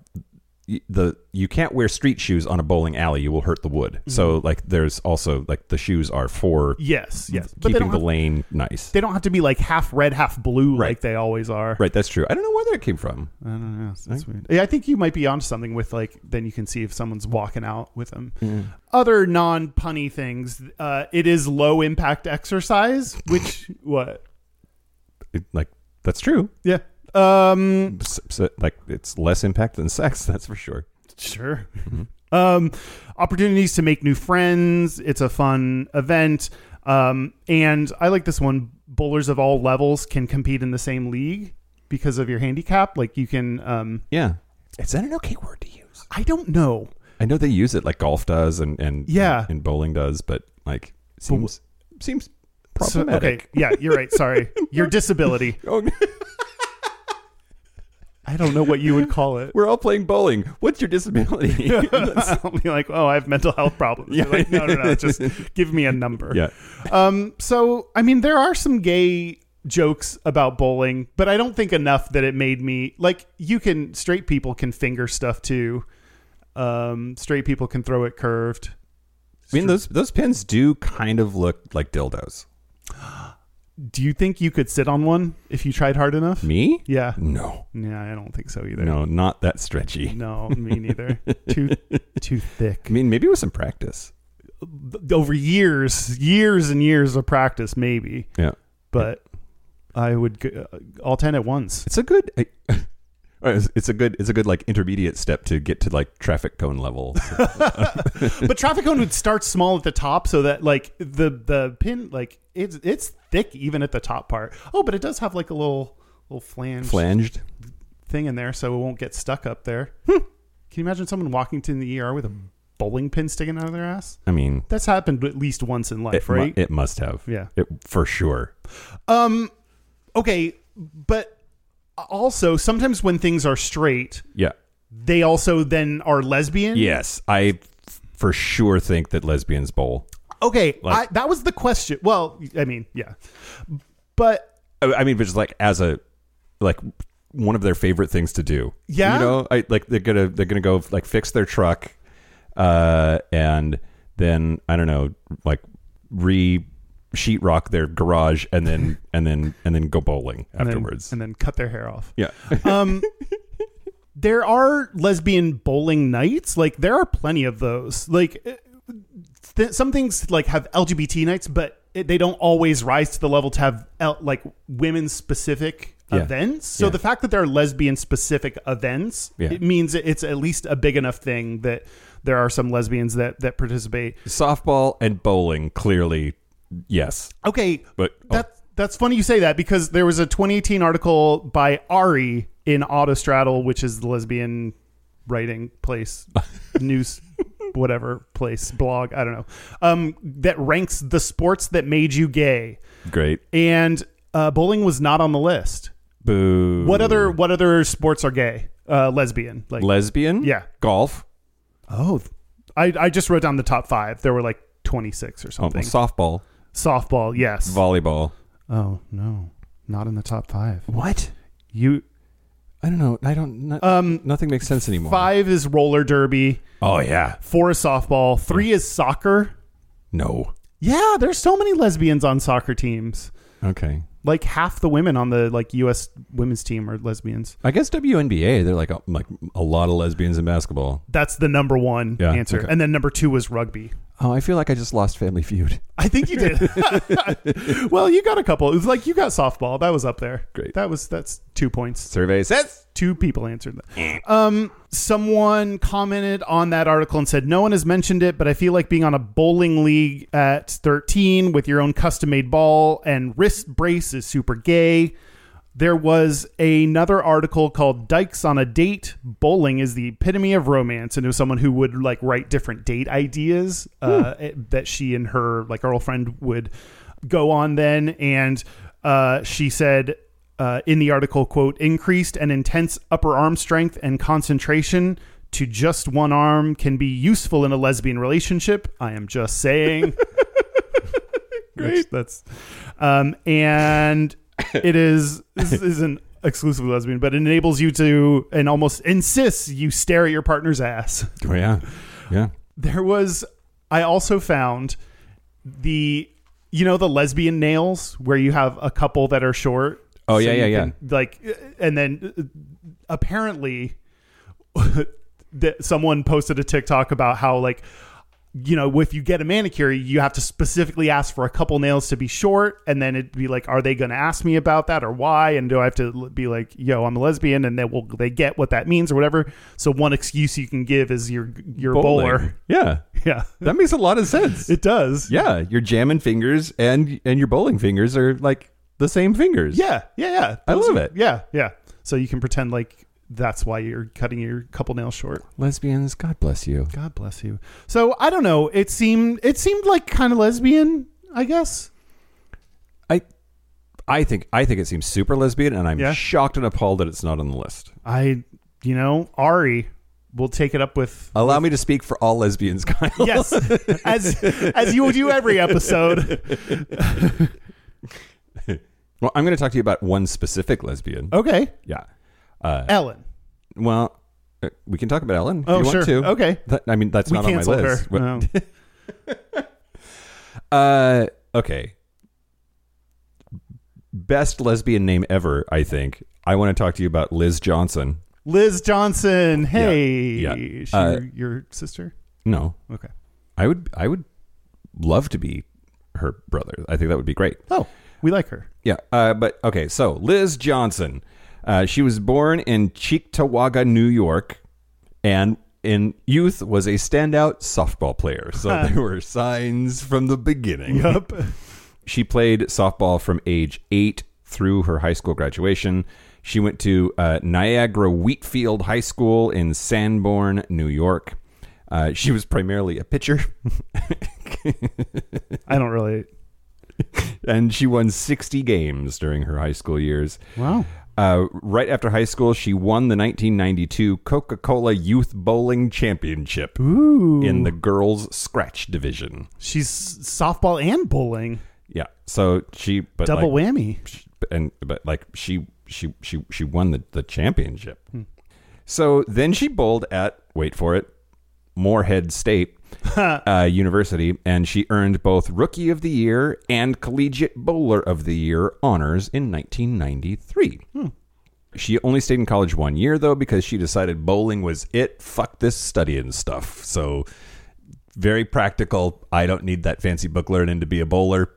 [SPEAKER 1] the you can't wear street shoes on a bowling alley. You will hurt the wood.
[SPEAKER 2] Mm-hmm.
[SPEAKER 1] So like there's also like the shoes are for
[SPEAKER 2] yes yes but they
[SPEAKER 1] keeping
[SPEAKER 2] don't
[SPEAKER 1] the
[SPEAKER 2] have,
[SPEAKER 1] lane nice.
[SPEAKER 2] they don't have to be like half red half blue
[SPEAKER 1] Right.
[SPEAKER 2] like they always are
[SPEAKER 1] Right, that's true. I don't know where that came from.
[SPEAKER 2] I don't know that's weird yeah I think you might be onto something with like then you can see if someone's walking out with them. other non punny things, uh, it is low impact exercise, which <laughs> what?
[SPEAKER 1] It- like that's true.
[SPEAKER 2] Yeah. Um
[SPEAKER 1] S- so, like it's less impact than sex. <laughs> That's for sure.
[SPEAKER 2] sure. <laughs> Um opportunities to make new friends, it's a fun event. Um and I like this one bowlers of all levels can compete in the same league because of your handicap, like you can um
[SPEAKER 1] Yeah. Is that an okay word to use?
[SPEAKER 2] I don't know.
[SPEAKER 1] I know they use it like golf does and and
[SPEAKER 2] Yeah.
[SPEAKER 1] and bowling does, but like seems seems
[SPEAKER 2] So- okay,
[SPEAKER 1] problematic.
[SPEAKER 2] yeah, you're right. Sorry. Your disability.
[SPEAKER 1] <laughs> Oh,
[SPEAKER 2] I don't know what you would
[SPEAKER 1] <laughs>
[SPEAKER 2] call it.
[SPEAKER 1] we're all playing bowling. What's your
[SPEAKER 2] <laughs>
[SPEAKER 1] disability?
[SPEAKER 2] I'll be like, oh, I have mental health problems. You're like, no, no, no, just give me a number.
[SPEAKER 1] <laughs> yeah.
[SPEAKER 2] Um, so, I mean, there are some gay jokes about bowling, but I don't think enough that it made me like. You can straight people can finger stuff too. Um, straight people can throw it curved.
[SPEAKER 1] I mean those those pins do kind of look like dildos.
[SPEAKER 2] Do you think you could sit on one if you tried hard enough?
[SPEAKER 1] Me?
[SPEAKER 2] Yeah,
[SPEAKER 1] No.
[SPEAKER 2] yeah, I don't think so either.
[SPEAKER 1] No, not that stretchy.
[SPEAKER 2] No, me
[SPEAKER 1] <laughs>
[SPEAKER 2] neither. too, too thick.
[SPEAKER 1] I mean, maybe with some practice.
[SPEAKER 2] Over years, years and years of practice, maybe.
[SPEAKER 1] Yeah.
[SPEAKER 2] but I would uh, go, all ten at once.
[SPEAKER 1] It's a good I, <laughs> oh, it's it's a good it's a good like intermediate step to get to like traffic cone
[SPEAKER 2] <laughs>
[SPEAKER 1] level.
[SPEAKER 2] but traffic cone would start small at the top, so that like the the pin like it's it's thick even at the top part. Oh, but it does have like a little little flange
[SPEAKER 1] flanged.
[SPEAKER 2] thing in there so it won't get stuck up there. Hmm. Can you imagine someone walking to the ER with a bowling pin sticking out of their ass?
[SPEAKER 1] I mean,
[SPEAKER 2] That's happened at least once in
[SPEAKER 1] it,
[SPEAKER 2] life,
[SPEAKER 1] mu-
[SPEAKER 2] right?
[SPEAKER 1] it must have.
[SPEAKER 2] Yeah.
[SPEAKER 1] It, for sure.
[SPEAKER 2] Um, okay, but also sometimes when things are straight,
[SPEAKER 1] Yeah.
[SPEAKER 2] they also then are lesbian.
[SPEAKER 1] Yes, I f- for sure think that lesbians bowl.
[SPEAKER 2] Okay,
[SPEAKER 1] Like-
[SPEAKER 2] I, that was the question. Well, I mean, yeah, but
[SPEAKER 1] I I mean, but just like as a like one of their favorite things to do.
[SPEAKER 2] Yeah?
[SPEAKER 1] you know, I, like they're gonna they're gonna go like fix their truck, uh, and then I don't know, like re sheetrock their garage, and
[SPEAKER 2] <laughs>
[SPEAKER 1] then and then and then go bowling
[SPEAKER 2] and then-
[SPEAKER 1] afterwards.
[SPEAKER 2] and then cut their hair off.
[SPEAKER 1] yeah, <laughs>
[SPEAKER 2] Um, there are lesbian bowling nights. Like there are plenty of those. Like eh, th- some things like have LGBT nights, but it, they don't always rise to the level to have L- like women specific
[SPEAKER 1] Yeah.
[SPEAKER 2] events. So
[SPEAKER 1] Yeah.
[SPEAKER 2] the fact that there are lesbian specific events,
[SPEAKER 1] Yeah.
[SPEAKER 2] it means it- it's at least a big enough thing that there are some lesbians that that participate.
[SPEAKER 1] softball and bowling clearly, yes,
[SPEAKER 2] Okay,
[SPEAKER 1] but oh,
[SPEAKER 2] that that's funny you say that because there was a 2018 article by Ari in Autostraddle, which is the lesbian writing
[SPEAKER 1] <laughs>
[SPEAKER 2] place, news, whatever place, blog, I don't know, um, that ranks the sports that made you gay,
[SPEAKER 1] great.
[SPEAKER 2] and uh, bowling was not on the list.
[SPEAKER 1] Boo.
[SPEAKER 2] What other what other sports are gay? Uh, lesbian, like
[SPEAKER 1] lesbian?
[SPEAKER 2] Yeah.
[SPEAKER 1] golf.
[SPEAKER 2] oh, I I just wrote down the top five. There were like 26 or
[SPEAKER 1] Oh,
[SPEAKER 2] something.
[SPEAKER 1] softball,
[SPEAKER 2] Softball, yes.
[SPEAKER 1] volleyball.
[SPEAKER 2] oh no, not in the top five.
[SPEAKER 1] What?
[SPEAKER 2] You
[SPEAKER 1] I don't know. I don't. Not,
[SPEAKER 2] Um,
[SPEAKER 1] nothing makes sense anymore.
[SPEAKER 2] Five is roller derby.
[SPEAKER 1] Oh yeah.
[SPEAKER 2] Four is softball. Three is soccer.
[SPEAKER 1] No.
[SPEAKER 2] Yeah, there's so many lesbians on soccer teams.
[SPEAKER 1] Okay.
[SPEAKER 2] Like half the women on the like U.S. women's team are lesbians.
[SPEAKER 1] I guess WNBA. They're like a, like a lot of lesbians in basketball.
[SPEAKER 2] That's the number one
[SPEAKER 1] Yeah,
[SPEAKER 2] answer,
[SPEAKER 1] okay.
[SPEAKER 2] and then number two was rugby.
[SPEAKER 1] Oh, I feel like I just lost Family Feud.
[SPEAKER 2] I think you
[SPEAKER 1] <laughs>
[SPEAKER 2] did. <laughs> well, you got a couple. It was like you got softball. That was up there.
[SPEAKER 1] Great.
[SPEAKER 2] That was that's two points.
[SPEAKER 1] Survey says
[SPEAKER 2] two people answered that. Um, someone commented on that article and said, No one has mentioned it, but I feel like being on a bowling league at 13 with your own custom made ball and wrist brace is super gay. There was another article called Dykes on a Date. Bowling is the epitome of romance. And it was someone who would like write different date ideas uh, that she and her like girlfriend would go on then. And uh, she said, uh, in the article, quote, increased and intense upper arm strength and concentration to just one arm can be useful in a lesbian relationship. I am just saying. Great. That's, um, and it is, this isn't exclusively lesbian, but it enables you to, and almost insists you stare at your partner's ass
[SPEAKER 1] Oh yeah, yeah.
[SPEAKER 2] there was i also found the you know the lesbian nails where you have a couple that are short
[SPEAKER 1] Oh, yeah, yeah,
[SPEAKER 2] you
[SPEAKER 1] yeah.
[SPEAKER 2] can, like and then uh, apparently <laughs> that someone posted a tiktok about how like you know if you get a manicure you have to specifically ask for a couple nails to be short and then it'd be like are they going to ask me about that or why and do i have to l- be like yo i'm a lesbian and then will they get what that means or whatever so one excuse you can give is your your bowler <laughs>
[SPEAKER 1] Yeah,
[SPEAKER 2] yeah,
[SPEAKER 1] that makes a lot of sense.
[SPEAKER 2] it does.
[SPEAKER 1] yeah, your jamming fingers and and your bowling fingers are like the same fingers.
[SPEAKER 2] yeah, yeah, yeah.
[SPEAKER 1] I
[SPEAKER 2] Those
[SPEAKER 1] love
[SPEAKER 2] are-
[SPEAKER 1] it.
[SPEAKER 2] Yeah, yeah. So you can pretend like that's why you're cutting your couple nails short.
[SPEAKER 1] Lesbians, God bless you.
[SPEAKER 2] God bless you. So I don't know. It seemed it seemed like kind of lesbian, I guess.
[SPEAKER 1] I I think I think it seems super lesbian, and I'm
[SPEAKER 2] Yeah.
[SPEAKER 1] shocked and appalled that it's not on the list.
[SPEAKER 2] I, you know, Ari will take it up
[SPEAKER 1] <laughs>
[SPEAKER 2] with
[SPEAKER 1] Allow me to speak for all lesbians, <laughs> Kyle.
[SPEAKER 2] yes, as as you do every episode.
[SPEAKER 1] Well, I'm going to talk to you about one specific lesbian.
[SPEAKER 2] Okay,
[SPEAKER 1] Yeah. Uh,
[SPEAKER 2] Ellen.
[SPEAKER 1] well, uh, we can talk about Ellen if
[SPEAKER 2] Oh,
[SPEAKER 1] you want
[SPEAKER 2] sure.
[SPEAKER 1] to.
[SPEAKER 2] Okay.
[SPEAKER 1] That- I mean, that's
[SPEAKER 2] We
[SPEAKER 1] not on my
[SPEAKER 2] canceled her. Oh.
[SPEAKER 1] list. What- <laughs>
[SPEAKER 2] No.
[SPEAKER 1] Uh, okay. Best lesbian name ever, I think. I want to talk to you about Liz Johnson.
[SPEAKER 2] Liz Johnson. Hey,
[SPEAKER 1] yeah.
[SPEAKER 2] she
[SPEAKER 1] Uh,
[SPEAKER 2] your, your sister?
[SPEAKER 1] No,
[SPEAKER 2] Okay.
[SPEAKER 1] I would, I would love to be her brother. I think that would be great.
[SPEAKER 2] Oh, we like her.
[SPEAKER 1] Yeah, uh, but okay. So Liz Johnson, uh, she was born in Cheektowaga, New York, and in youth was a standout softball player. So there were <laughs> signs from the beginning.
[SPEAKER 2] Yup.
[SPEAKER 1] She played softball from age eight through her high school graduation. She went to uh, Niagara Wheatfield High School in Sanborn, New York. Uh, she was primarily a pitcher, <laughs>
[SPEAKER 2] I don't really.
[SPEAKER 1] and she won 60 games during her high school years.
[SPEAKER 2] Wow.
[SPEAKER 1] Uh, right after high school, she won the 1992 Coca Cola Youth Bowling Championship
[SPEAKER 2] Ooh.
[SPEAKER 1] in the girls' scratch division.
[SPEAKER 2] She's softball and bowling.
[SPEAKER 1] Yeah, so she but
[SPEAKER 2] Double
[SPEAKER 1] like,
[SPEAKER 2] whammy.
[SPEAKER 1] sh- and but like she she she she won the, the championship. So then she bowled at wait for it, Moorhead State uh, University, and she earned both Rookie of the Year and Collegiate Bowler of the Year honors in 1993. She only stayed in college one year though because she decided bowling was it. Fuck this studying stuff. So very practical. I don't need that fancy book learning to be a bowler.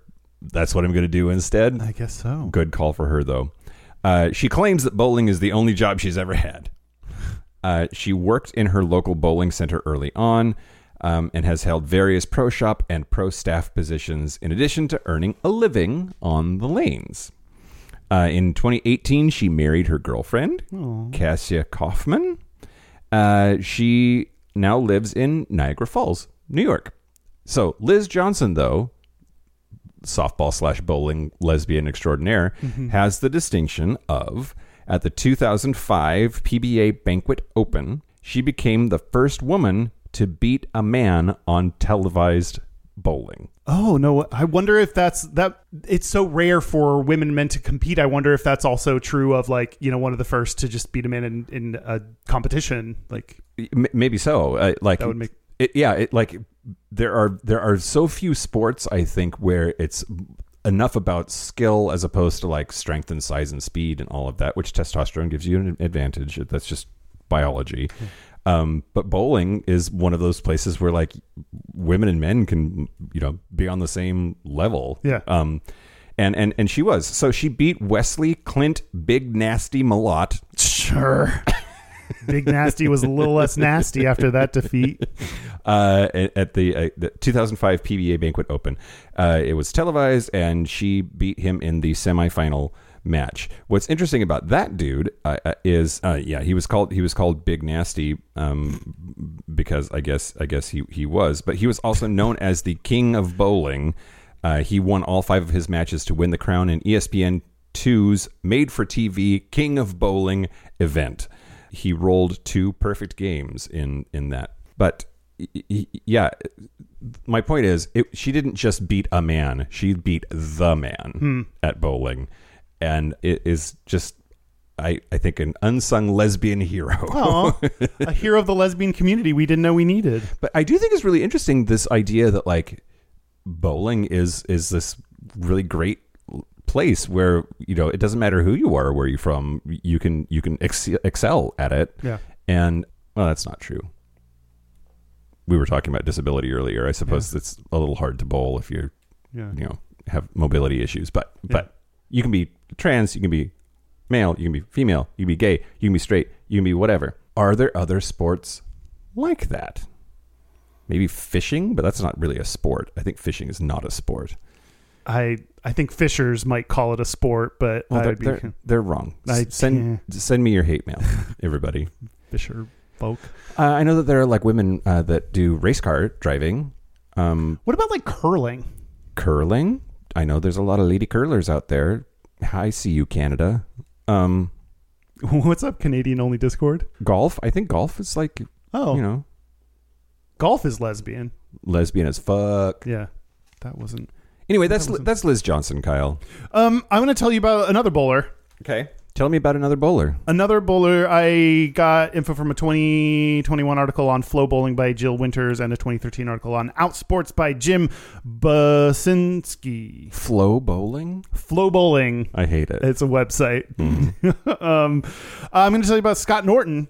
[SPEAKER 1] That's what I'm going to do instead.
[SPEAKER 2] I guess so.
[SPEAKER 1] Oh. Good call for her, though. Uh, she claims that bowling is the only job she's ever had. Uh, she worked in her local bowling center early on um, and has held various pro shop and pro staff positions in addition to earning a living on the lanes. Uh, in 2018, she married her girlfriend, Cassia Kaufman. Uh, she now lives in Niagara Falls, New York. So Liz Johnson, though, softball slash bowling lesbian extraordinaire, has the distinction of at the 2005 PBA Banquet Open, she became the first woman to beat a man on televised bowling.
[SPEAKER 2] Oh no! I wonder if that's that. It's so rare for women and men to compete. I wonder if that's also true of like you know one of the first to just beat a man in, in a competition. Like
[SPEAKER 1] M- maybe so. Uh, like
[SPEAKER 2] That would make-
[SPEAKER 1] it, yeah. It, like there are there are so few sports I think where it's enough about skill as opposed to like strength and size and speed and all of that, which testosterone gives you an advantage. That's just biology. Um, but bowling is one of those places where like women and men can you know be on the same level.
[SPEAKER 2] Yeah.
[SPEAKER 1] Um, and and and she was so she beat Wesley Clint Big Nasty Malott
[SPEAKER 2] sure, <laughs> big nasty was a little less nasty after that defeat.
[SPEAKER 1] <laughs> uh, at at the, uh, the 2005 PBA Banquet Open. Uh, it was televised, and she beat him in the semifinal match. What's interesting about that dude uh, uh, is, uh, yeah, he was called he was called Big Nasty um, because I guess I guess he he was, but he was also known as the King of Bowling. Uh, he won all five of his matches to win the crown in E ESPN 2's made for TV King of Bowling event. He rolled two perfect games in in that. But y- y- yeah, my point is, it, she didn't just beat a man; she beat the man at bowling, and it is just, I I think, an unsung lesbian hero.
[SPEAKER 2] Oh, a hero of the lesbian community we didn't know we needed.
[SPEAKER 1] <laughs> But I do think it's really interesting this idea that like bowling is is this really great place where you know it doesn't matter who you are or where you're from you can you can ex- excel at it
[SPEAKER 2] Yeah.
[SPEAKER 1] and well that's not true we were talking about disability earlier i suppose it's a little hard to bowl if you're
[SPEAKER 2] Yeah.
[SPEAKER 1] you know have mobility issues but but you can be trans you can be male you can be female you can be gay you can be straight you can be whatever are there other sports like that maybe fishing but that's not really a sport i think fishing is not a sport
[SPEAKER 2] I I think fishers might call it a sport, but
[SPEAKER 1] oh,
[SPEAKER 2] I
[SPEAKER 1] they're,
[SPEAKER 2] would be
[SPEAKER 1] they're, they're wrong S-
[SPEAKER 2] I-
[SPEAKER 1] send send me your hate mail everybody
[SPEAKER 2] fisher folk.
[SPEAKER 1] uh, i know that there are like women uh, that do race car driving um,
[SPEAKER 2] What about like curling? <laughs>
[SPEAKER 1] curling i know there's a lot of lady curlers out there hi see you canada um,
[SPEAKER 2] What's up, Canadian only Discord?
[SPEAKER 1] golf i think golf is like
[SPEAKER 2] Oh,
[SPEAKER 1] you know
[SPEAKER 2] golf is lesbian.
[SPEAKER 1] lesbian as fuck
[SPEAKER 2] Yeah, that wasn't.
[SPEAKER 1] anyway that's Li- that's liz johnson kyle
[SPEAKER 2] Um, I'm going to tell you about another bowler.
[SPEAKER 1] okay tell me about another bowler
[SPEAKER 2] Another bowler, I got info from a 2021 article on Flow Bowling by Jill Winters and a 2013 article on Outsports by Jim Basinski.
[SPEAKER 1] flow bowling
[SPEAKER 2] Flow Bowling,
[SPEAKER 1] i hate it Mm.
[SPEAKER 2] it's a website. <laughs> um, I'm going to tell you about Scott Norton,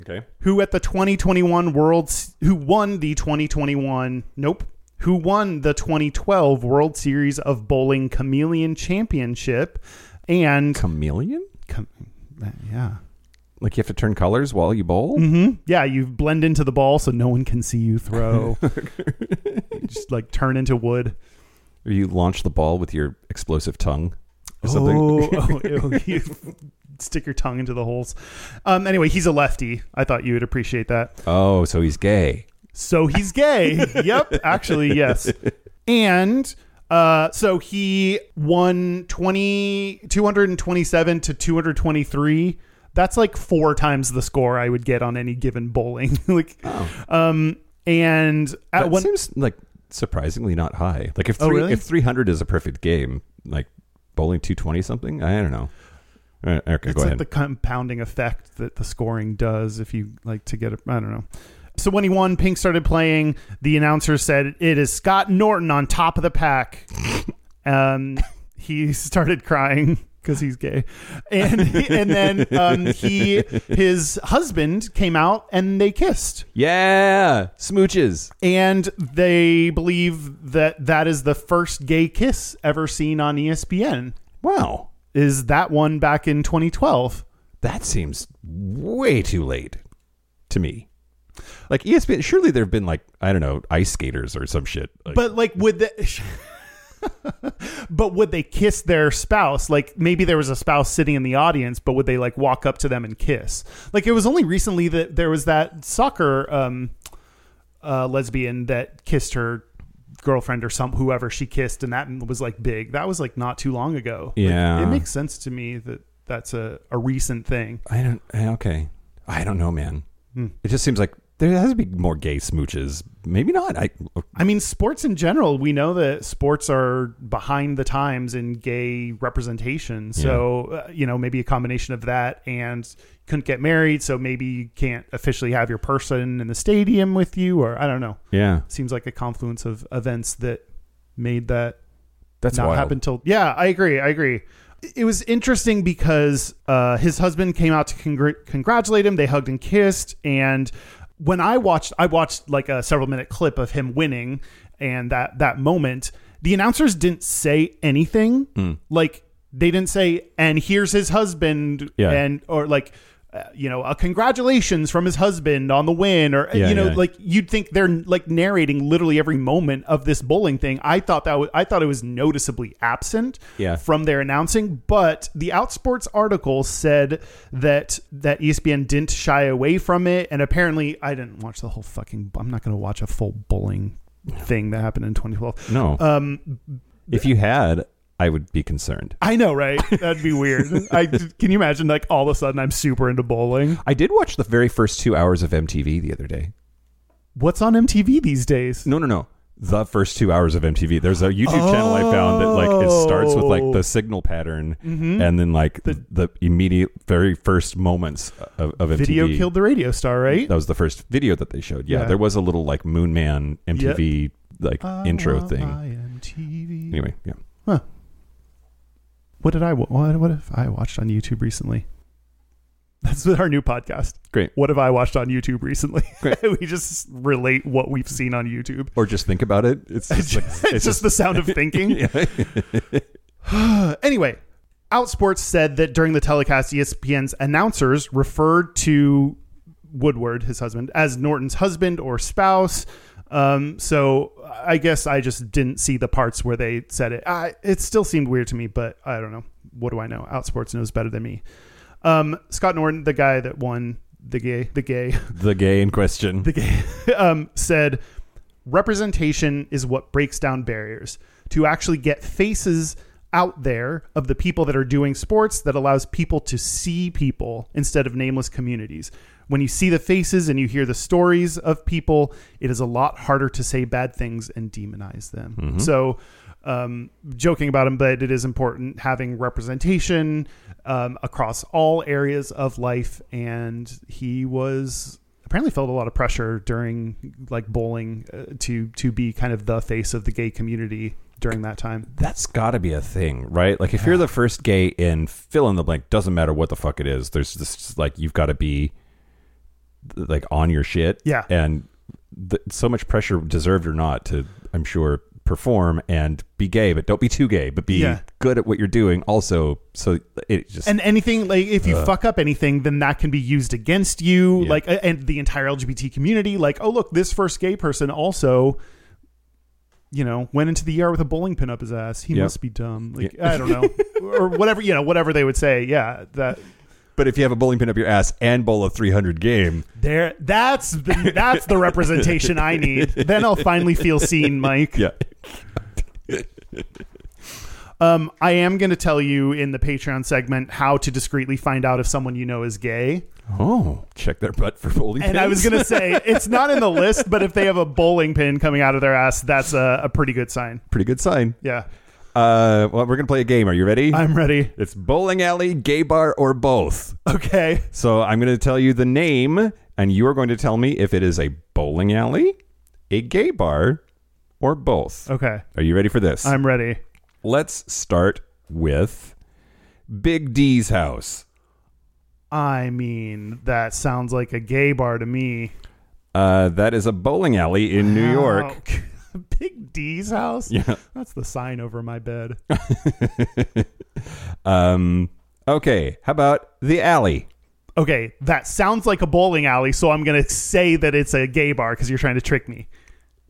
[SPEAKER 1] okay
[SPEAKER 2] who at the 2021 World, S- who won the 2021, nope, who won the 2012 World Series of Bowling Chameleon Championship. And,
[SPEAKER 1] chameleon
[SPEAKER 2] com- yeah.
[SPEAKER 1] like you have to turn colors while you
[SPEAKER 2] Mm.
[SPEAKER 1] bowl
[SPEAKER 2] Mm-hmm. Yeah, you blend into the ball so no one can see
[SPEAKER 1] <laughs>
[SPEAKER 2] you throw. You just like turn into wood.
[SPEAKER 1] or you launch the ball with your explosive tongue or something.
[SPEAKER 2] Oh,
[SPEAKER 1] <laughs>
[SPEAKER 2] oh, ew, you stick your tongue into the holes. Um, anyway, he's a lefty. I thought you would appreciate that.
[SPEAKER 1] Oh, so he's gay.
[SPEAKER 2] So he's gay. yep. Actually, yes. And uh, so he won 20, 227 to 223. That's like four times the score I would get on any given bowling. <laughs> like, um, and at
[SPEAKER 1] That
[SPEAKER 2] one,
[SPEAKER 1] seems like surprisingly not high. Like if
[SPEAKER 2] Oh,
[SPEAKER 1] three,
[SPEAKER 2] really?
[SPEAKER 1] if three hundred is a perfect game, like bowling two twenty something, I don't know. All right, okay,
[SPEAKER 2] it's
[SPEAKER 1] go
[SPEAKER 2] like
[SPEAKER 1] ahead.
[SPEAKER 2] the compounding effect that the scoring does if you like to get a I don't know. So when he won, Pink started playing. The announcer said, "It is Scott Norton on top of the pack." um, he started crying <laughs> because he's gay, and and then um, he his husband came out and they kissed
[SPEAKER 1] yeah, smooches.
[SPEAKER 2] and they believe that that is the first gay kiss ever seen on E ESPN.
[SPEAKER 1] Wow,
[SPEAKER 2] Is that one back in 2012?
[SPEAKER 1] that seems way too late to me. Like E ESPN, surely there have been like I don't know ice skaters or some shit. Like,
[SPEAKER 2] But like, would they? <laughs> but would they kiss their spouse? Like, maybe there was a spouse sitting in the audience, but would they like walk up to them and kiss? Like, it was only recently that there was that soccer um, uh, lesbian that kissed her girlfriend or some whoever she kissed, and that was like big. That was like not too long ago. Like,
[SPEAKER 1] Yeah.
[SPEAKER 2] it makes sense to me that that's a, a recent thing.
[SPEAKER 1] I don't. eh, Okay, I don't know, man.
[SPEAKER 2] Hmm.
[SPEAKER 1] It just seems like there has to be more gay smooches. Maybe not. I oh,
[SPEAKER 2] I mean, sports in general, we know that sports are behind the times in gay representation. So, uh, you know, maybe a combination of that and couldn't get married. So maybe you can't officially have your person in the stadium with you, or I don't know.
[SPEAKER 1] yeah.
[SPEAKER 2] Seems like a confluence of events that made that
[SPEAKER 1] That's
[SPEAKER 2] not
[SPEAKER 1] wild.
[SPEAKER 2] happen till. Yeah, I agree. I agree. It was interesting because uh, his husband came out to congr- congratulate him. They hugged and kissed. And when I watched, I watched like a several minute clip of him winning and that that moment. The announcers didn't say anything.
[SPEAKER 1] Hmm.
[SPEAKER 2] Like they didn't say, "And here's his husband,"
[SPEAKER 1] Yeah.
[SPEAKER 2] and or like. Uh, you know, a congratulations from his husband on the win, or uh,
[SPEAKER 1] Yeah,
[SPEAKER 2] you know,
[SPEAKER 1] yeah.
[SPEAKER 2] like you'd think they're like narrating literally every moment of this bowling thing. I thought that was, I thought it was noticeably absent
[SPEAKER 1] Yeah.
[SPEAKER 2] from their announcing, but the Outsports article said that that E ESPN didn't shy away from it, and apparently I didn't watch the whole fucking. I'm not going to watch a full bowling thing that happened in 2012.
[SPEAKER 1] No. Um, if you had, I would be concerned.
[SPEAKER 2] I know, right? That'd
[SPEAKER 1] <laughs>
[SPEAKER 2] be weird. I can you imagine like all of a sudden I'm super into bowling.
[SPEAKER 1] I did watch the very first two hours of MTV the other day.
[SPEAKER 2] What's on MTV these days?
[SPEAKER 1] No, no, no. The first two hours of MTV. There's a YouTube channel I found that like it starts with like
[SPEAKER 2] Oh.
[SPEAKER 1] the signal pattern
[SPEAKER 2] Mm-hmm.
[SPEAKER 1] and then like the, the immediate very first moments of, of MTV.
[SPEAKER 2] Video killed the radio star, right?
[SPEAKER 1] That was the first video that they showed. Yeah,
[SPEAKER 2] Yeah.
[SPEAKER 1] there was a little like Moon Man MTV like intro
[SPEAKER 2] Oh,
[SPEAKER 1] thing.
[SPEAKER 2] I am TV.
[SPEAKER 1] Anyway, yeah.
[SPEAKER 2] Huh. What did I wa- what what have I watched on YouTube recently? <laughs> That's our new podcast.
[SPEAKER 1] Great.
[SPEAKER 2] What have I watched on YouTube recently?
[SPEAKER 1] Great.
[SPEAKER 2] <laughs> we just relate what we've seen on YouTube.
[SPEAKER 1] Or just think about it.
[SPEAKER 2] <laughs>
[SPEAKER 1] It's just like
[SPEAKER 2] it's just, the
[SPEAKER 1] <laughs>
[SPEAKER 2] sound of thinking. anyway, Outsports said that during the telecast, E ESPN's announcers referred to Woodward, his husband, as Norton's husband or spouse. Um, so I guess I just didn't see the parts where they said it. I, it still seemed weird to me, but I don't know. What do I know? Outsports knows better than me. Um, Scott Norton, the guy that won the gay, the gay,
[SPEAKER 1] the gay in question.
[SPEAKER 2] the gay, <laughs> um, said representation is what breaks down barriers to actually get faces out there of the people that are doing sports that allows people to see people instead of nameless communities when you see the faces and you hear the stories of people it is a lot harder to say bad things and demonize them so um, joking about him but it is important having representation um, across all areas of life and he was apparently felt a lot of pressure during like bowling uh, to to be kind of the face of the gay community during that time.
[SPEAKER 1] that's got to be a thing, right? Like if you're the first gay in fill in the blank, doesn't matter what the fuck it is. There's just like you've got to be like on your shit,
[SPEAKER 2] Yeah.
[SPEAKER 1] and th- so much pressure, deserved or not, to I'm sure perform and be gay, but don't be too gay, but be
[SPEAKER 2] Yeah.
[SPEAKER 1] good at what you're doing. Also, so it just
[SPEAKER 2] And anything like if you fuck up anything, then that can be used against you.
[SPEAKER 1] Uh. Yeah.
[SPEAKER 2] Like uh, and the entire LGBT community. Like oh look, this first gay person also you know, went into the ER with a bowling pin up his ass. He
[SPEAKER 1] Yep.
[SPEAKER 2] must be dumb. Like I
[SPEAKER 1] <laughs>
[SPEAKER 2] don't know, or whatever. You know, whatever they would say. Yeah, that
[SPEAKER 1] But if you have a bowling pin up your ass and bowl a 300
[SPEAKER 2] <laughs>
[SPEAKER 1] game,
[SPEAKER 2] there. That's the, that's the representation I need. Then I'll finally feel seen, Mike.
[SPEAKER 1] yeah,
[SPEAKER 2] Um, I am going to tell you in the Patreon segment how to discreetly find out if someone you know is gay.
[SPEAKER 1] oh, check their butt for bowling
[SPEAKER 2] And I was
[SPEAKER 1] pins.
[SPEAKER 2] going to say it's not in the list, but if they have a bowling pin coming out of their ass, that's a, a pretty good sign.
[SPEAKER 1] pretty good sign.
[SPEAKER 2] Yeah,
[SPEAKER 1] Uh, well, we're gonna play a game. Are you ready?
[SPEAKER 2] I'm ready.
[SPEAKER 1] it's bowling alley, gay bar, or both.
[SPEAKER 2] Okay.
[SPEAKER 1] So I'm going to tell you the name, and you are going to tell me if it is a bowling alley, a gay bar, or both.
[SPEAKER 2] Okay.
[SPEAKER 1] Are you ready for this?
[SPEAKER 2] I'm ready.
[SPEAKER 1] Let's start with Big D's house.
[SPEAKER 2] I mean, that sounds like a gay bar to me.
[SPEAKER 1] Uh, that is a bowling alley in New York. <laughs>
[SPEAKER 2] Oh, <laughs> Big D's house?
[SPEAKER 1] Yeah.
[SPEAKER 2] That's the sign over my bed.
[SPEAKER 1] Um. Okay. How about the alley?
[SPEAKER 2] Okay, that sounds like a bowling alley, so I'm going to say that it's a gay bar because you're trying to trick me.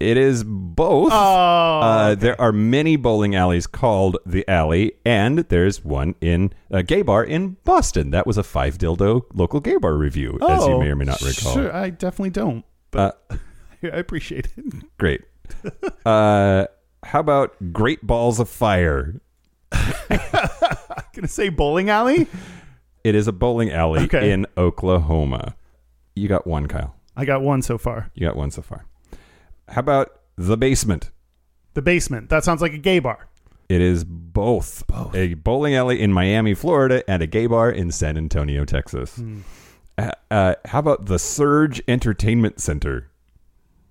[SPEAKER 1] It is both.
[SPEAKER 2] Oh.
[SPEAKER 1] Uh, There are many bowling alleys called the alley, and there's one in a gay bar in Boston. That was a five dildo local gay bar review, as you
[SPEAKER 2] Oh,
[SPEAKER 1] may or may not recall.
[SPEAKER 2] Sure, I definitely don't, <laughs>
[SPEAKER 1] Uh,
[SPEAKER 2] but I appreciate it. <laughs>
[SPEAKER 1] great. <laughs> Uh, how about Great Balls of Fire?
[SPEAKER 2] Gonna say bowling alley?
[SPEAKER 1] It is a bowling alley
[SPEAKER 2] Okay.
[SPEAKER 1] in Oklahoma. You got one, Kyle.
[SPEAKER 2] I got one so far.
[SPEAKER 1] You got one so far. How about the basement?
[SPEAKER 2] The basement. That sounds like a gay bar.
[SPEAKER 1] It is both, a bowling alley in Miami, Florida, and a gay bar in San Antonio, Texas.
[SPEAKER 2] Hmm.
[SPEAKER 1] Uh, uh, how about the Surge Entertainment Center?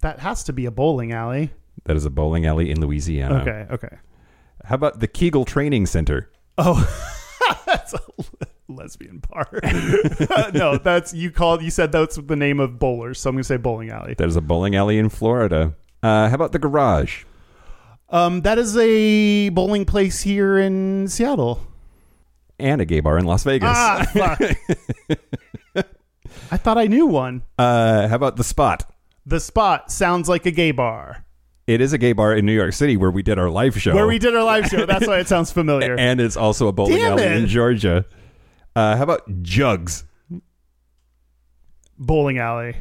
[SPEAKER 2] That has to be a bowling alley.
[SPEAKER 1] That is a bowling alley in Louisiana.
[SPEAKER 2] Okay, okay.
[SPEAKER 1] How about the Kegel Training Center?
[SPEAKER 2] Oh, <laughs> that's a le- lesbian bar. <laughs> no, that's you called. You said that's the name of bowlers, so I'm gonna say bowling alley.
[SPEAKER 1] That is a bowling alley in Florida. Uh, how about the garage?
[SPEAKER 2] Um, that is a bowling place here in Seattle.
[SPEAKER 1] And a gay bar in Las Vegas. <laughs>
[SPEAKER 2] Ah, fuck. I thought I knew one.
[SPEAKER 1] Uh, how about the spot?
[SPEAKER 2] The spot sounds like a gay bar
[SPEAKER 1] It is a gay bar in New York City where we did our live show.
[SPEAKER 2] where we did our live show. That's why it sounds familiar.
[SPEAKER 1] and it's also a bowling
[SPEAKER 2] Damn
[SPEAKER 1] alley
[SPEAKER 2] it.
[SPEAKER 1] in Georgia. Uh, how about Jugs?
[SPEAKER 2] bowling alley.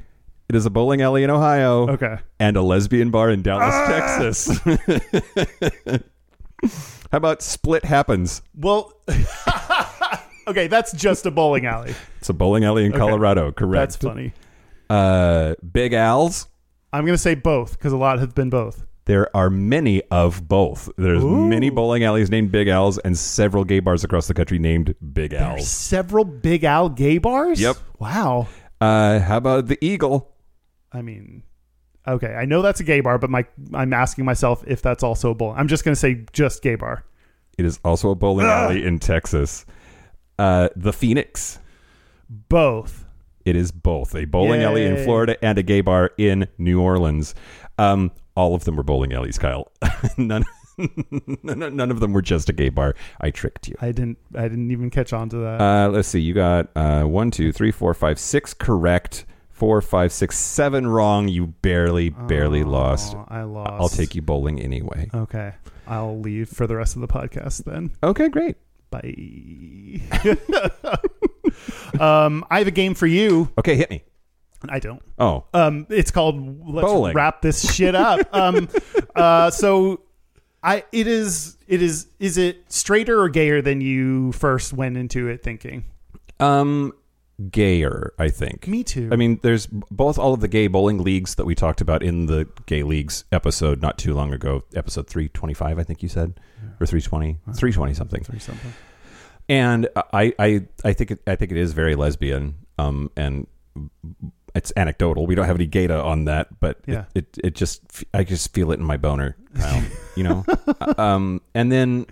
[SPEAKER 1] It is a bowling alley in Ohio.
[SPEAKER 2] Okay.
[SPEAKER 1] and a lesbian bar in Dallas, Texas. <laughs> How about Split Happens?
[SPEAKER 2] Well, <laughs> okay, that's just a bowling alley.
[SPEAKER 1] It's a bowling alley in Colorado, correct?
[SPEAKER 2] That's funny.
[SPEAKER 1] Uh, Big Al's.
[SPEAKER 2] I'm gonna say both because a lot have been both.
[SPEAKER 1] There are many of both. There's many bowling alleys named Big Al's and several gay bars across the country named Big Al's.
[SPEAKER 2] Several Big Al gay bars.
[SPEAKER 1] Yep.
[SPEAKER 2] Wow.
[SPEAKER 1] Uh, how about the Eagle?
[SPEAKER 2] I mean, okay, I know that's a gay bar, but my I'm asking myself if that's also a bowling. I'm just gonna say just gay bar.
[SPEAKER 1] It is also a bowling alley in Texas. Uh, the Phoenix.
[SPEAKER 2] Both.
[SPEAKER 1] It is both a bowling alley in
[SPEAKER 2] Yay.
[SPEAKER 1] Florida and a gay bar in New Orleans. Um, all of them were bowling alleys, Kyle. <laughs> none, none, none of them were just a gay bar. I tricked you.
[SPEAKER 2] I didn't. I didn't even catch on to that.
[SPEAKER 1] Uh, let's see. You got uh, one, two, three, four, five, six correct. Four, five, six, seven wrong. You barely, barely lost.
[SPEAKER 2] Aw, Oh, Uh. I lost.
[SPEAKER 1] I'll take you bowling anyway.
[SPEAKER 2] Okay, I'll leave for the rest of the podcast then.
[SPEAKER 1] Okay, great.
[SPEAKER 2] Bye. <laughs> um, I have a game for you.
[SPEAKER 1] Okay, hit me.
[SPEAKER 2] I don't.
[SPEAKER 1] Oh,
[SPEAKER 2] Um, it's called Let's
[SPEAKER 1] Bowling.
[SPEAKER 2] Wrap This Shit Up. um, uh, so I it is it is is it straighter or gayer than you first went into it thinking?
[SPEAKER 1] um, gayer. I think.
[SPEAKER 2] Me too.
[SPEAKER 1] I mean, there's both all of the gay bowling leagues that we talked about in the gay leagues episode not too long ago, episode 325, I think you said, or 320, 320 something.
[SPEAKER 2] or something.
[SPEAKER 1] And I, I, I think, it, I think it is very lesbian. Um, and it's anecdotal. We don't have any data on that, but
[SPEAKER 2] Yeah.
[SPEAKER 1] it, it, it just, I just feel it in my boner, Kyle,
[SPEAKER 2] <laughs>
[SPEAKER 1] you know? um, and then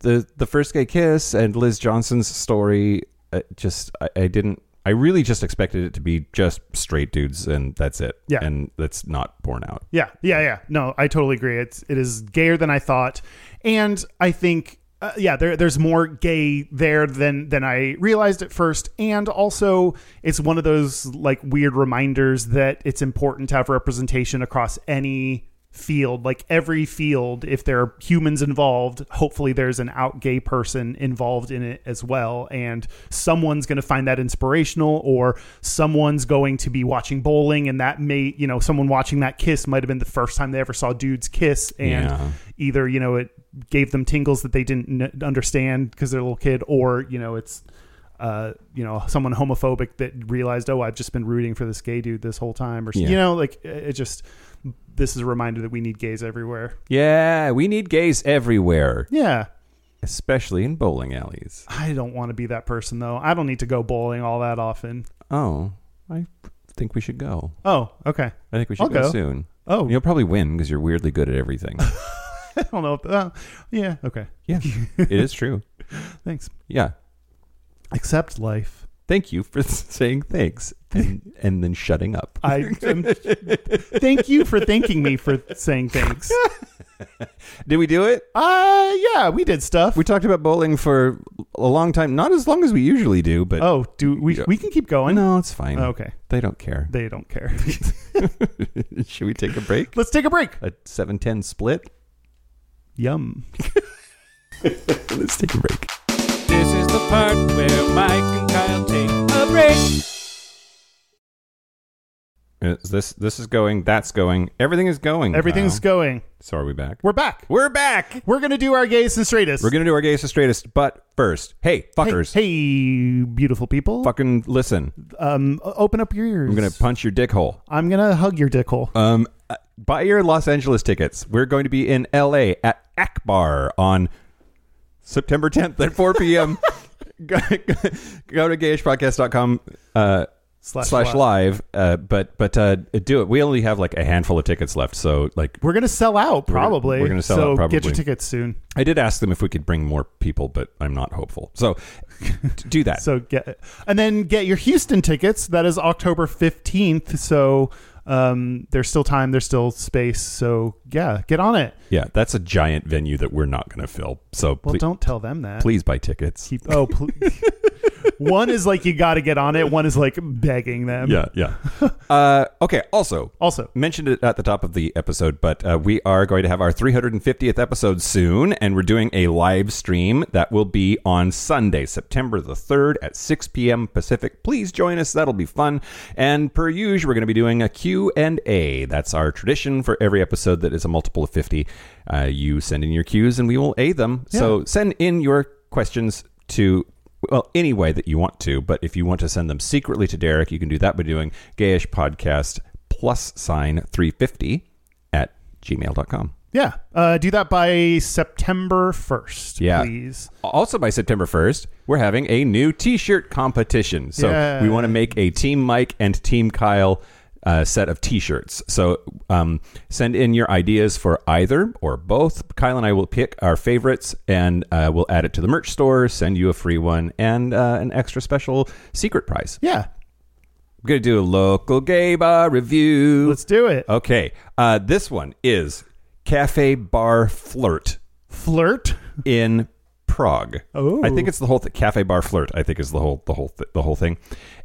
[SPEAKER 1] the, the first gay kiss and Liz Johnson's story, uh, just, I, I didn't, I really just expected it to be just straight dudes and that's it.
[SPEAKER 2] Yeah.
[SPEAKER 1] And that's not borne out.
[SPEAKER 2] Yeah, yeah, yeah. No, I totally agree. It's it is gayer than I thought, and I think uh, yeah, there there's more gay there than than I realized at first, and also it's one of those like weird reminders that it's important to have representation across any field like every field if there are humans involved hopefully there's an out gay person involved in it as well and someone's going to find that inspirational or someone's going to be watching bowling and that may you know someone watching that kiss might have been the first time they ever saw dudes kiss and
[SPEAKER 1] Yeah.
[SPEAKER 2] either you know it gave them tingles that they didn't n- understand because they're a little kid or you know it's uh, you know, someone homophobic that realized, oh, I've just been rooting for this gay dude this whole time, or s-
[SPEAKER 1] Yeah.
[SPEAKER 2] you know, like it it just. This is a reminder that we need gays everywhere.
[SPEAKER 1] Yeah, we need gays everywhere,
[SPEAKER 2] Yeah,
[SPEAKER 1] especially in bowling alleys.
[SPEAKER 2] I don't want to be that person though. I don't need to go bowling all that often.
[SPEAKER 1] Oh, I think we should go.
[SPEAKER 2] Oh, okay.
[SPEAKER 1] I think we
[SPEAKER 2] I'll
[SPEAKER 1] should go,
[SPEAKER 2] go.
[SPEAKER 1] soon.
[SPEAKER 2] Oh,
[SPEAKER 1] You'll probably win because you're weirdly good at everything.
[SPEAKER 2] <laughs> I don't know. If, uh, yeah, okay.
[SPEAKER 1] yeah, it is true.
[SPEAKER 2] Thanks.
[SPEAKER 1] Yeah. <laughs>
[SPEAKER 2] Accept life.
[SPEAKER 1] Thank you for saying thanks <laughs> and, and then shutting up.
[SPEAKER 2] I am, thank you for thanking me for saying
[SPEAKER 1] <laughs>
[SPEAKER 2] thanks.
[SPEAKER 1] Did we do it?
[SPEAKER 2] Uh yeah, we did stuff.
[SPEAKER 1] We talked about bowling for a long time, not as long as we usually do, but
[SPEAKER 2] oh, do we?
[SPEAKER 1] Yeah.
[SPEAKER 2] We can keep going.
[SPEAKER 1] no, it's fine.
[SPEAKER 2] Okay,
[SPEAKER 1] They don't care.
[SPEAKER 2] they don't care.
[SPEAKER 1] <laughs>
[SPEAKER 2] <laughs>
[SPEAKER 1] Should we take a break?
[SPEAKER 2] Let's take a break.
[SPEAKER 1] A 710 split?
[SPEAKER 2] Yum.
[SPEAKER 1] Let's take a break.
[SPEAKER 4] This is the part where Mike and Kyle take a break.
[SPEAKER 1] Is Uh, this this is going, that's going. Everything is going.
[SPEAKER 2] Everything's
[SPEAKER 1] Kyle.
[SPEAKER 2] going.
[SPEAKER 1] So are we back?
[SPEAKER 2] We're back.
[SPEAKER 1] We're back.
[SPEAKER 2] We're gonna do our gays and straightest.
[SPEAKER 1] We're going to do our gayest and straightest, but first, hey, fuckers.
[SPEAKER 2] Hey, hey, beautiful people.
[SPEAKER 1] Fucking listen.
[SPEAKER 2] Um, o- open up your ears.
[SPEAKER 1] I'm going to punch your dick hole.
[SPEAKER 2] I'm gonna hug your dick hole.
[SPEAKER 1] Um, uh, buy your Los Angeles tickets. We're going to be in LA at Akbar on September 10th at 4
[SPEAKER 2] <laughs>
[SPEAKER 1] p.m. <laughs> go, go to gayishpodcast.com uh,
[SPEAKER 2] Slash
[SPEAKER 1] slash,
[SPEAKER 2] live.
[SPEAKER 1] live. Uh, but but uh, do it. We only have like a handful of tickets left. So like
[SPEAKER 2] We're gonna sell out
[SPEAKER 1] We're gonna-
[SPEAKER 2] probably.
[SPEAKER 1] we're gonna sell
[SPEAKER 2] so
[SPEAKER 1] out, probably.
[SPEAKER 2] Get your tickets soon.
[SPEAKER 1] I did ask them if we could bring more people, but I'm not hopeful. So <laughs> d- do that.
[SPEAKER 2] So get and then get your Houston tickets. That is October fifteenth. So um, there's still time. There's still space. So yeah, get on it.
[SPEAKER 1] yeah, that's a giant venue that we're not going to fill. So
[SPEAKER 2] Well,
[SPEAKER 1] ple-
[SPEAKER 2] don't tell them that.
[SPEAKER 1] please buy tickets.
[SPEAKER 2] Keep. Oh, pl- <laughs> one is like you got to get on it. One is like begging them.
[SPEAKER 1] yeah, yeah. uh, okay. Also,
[SPEAKER 2] Also,
[SPEAKER 1] mentioned it at the top of the episode, but uh, we are going to have our 350th episode soon, and we're doing a live stream that will be on Sunday, September the 3rd at 6 p.m. Pacific. Please join us; that'll be fun. And per usual, we're going to be doing a Q and A. That's our tradition for every episode that is a multiple of 50. Uh, you send in your Qs, and we will A them. So send in your questions to well, any way that you want to, but if you want to send them secretly to Derek, you can do that by doing gayish podcast plus sign 350 at gmail.com.
[SPEAKER 2] yeah, uh, do that by September first.
[SPEAKER 1] Yeah.
[SPEAKER 2] please.
[SPEAKER 1] Also, by September 1st, we're having a new t shirt competition. So,
[SPEAKER 2] Yeah.
[SPEAKER 1] we want to make a Team Mike and Team Kyle uh, set of t shirts. So, um, send in your ideas for either or both. Kyle and I will pick our favorites and uh, we'll add it to the merch store, send you a free one, and uh, an extra special secret prize.
[SPEAKER 2] Yeah,
[SPEAKER 1] We're gonna do a local gay bar review.
[SPEAKER 2] let's do it.
[SPEAKER 1] okay, uh, this one is Cafe Bar Flirt
[SPEAKER 2] Flirt.
[SPEAKER 1] in Prague.
[SPEAKER 2] Oh.
[SPEAKER 1] I think it's the whole thing. Cafe Bar Flirt. I think is the whole the whole th- the whole thing.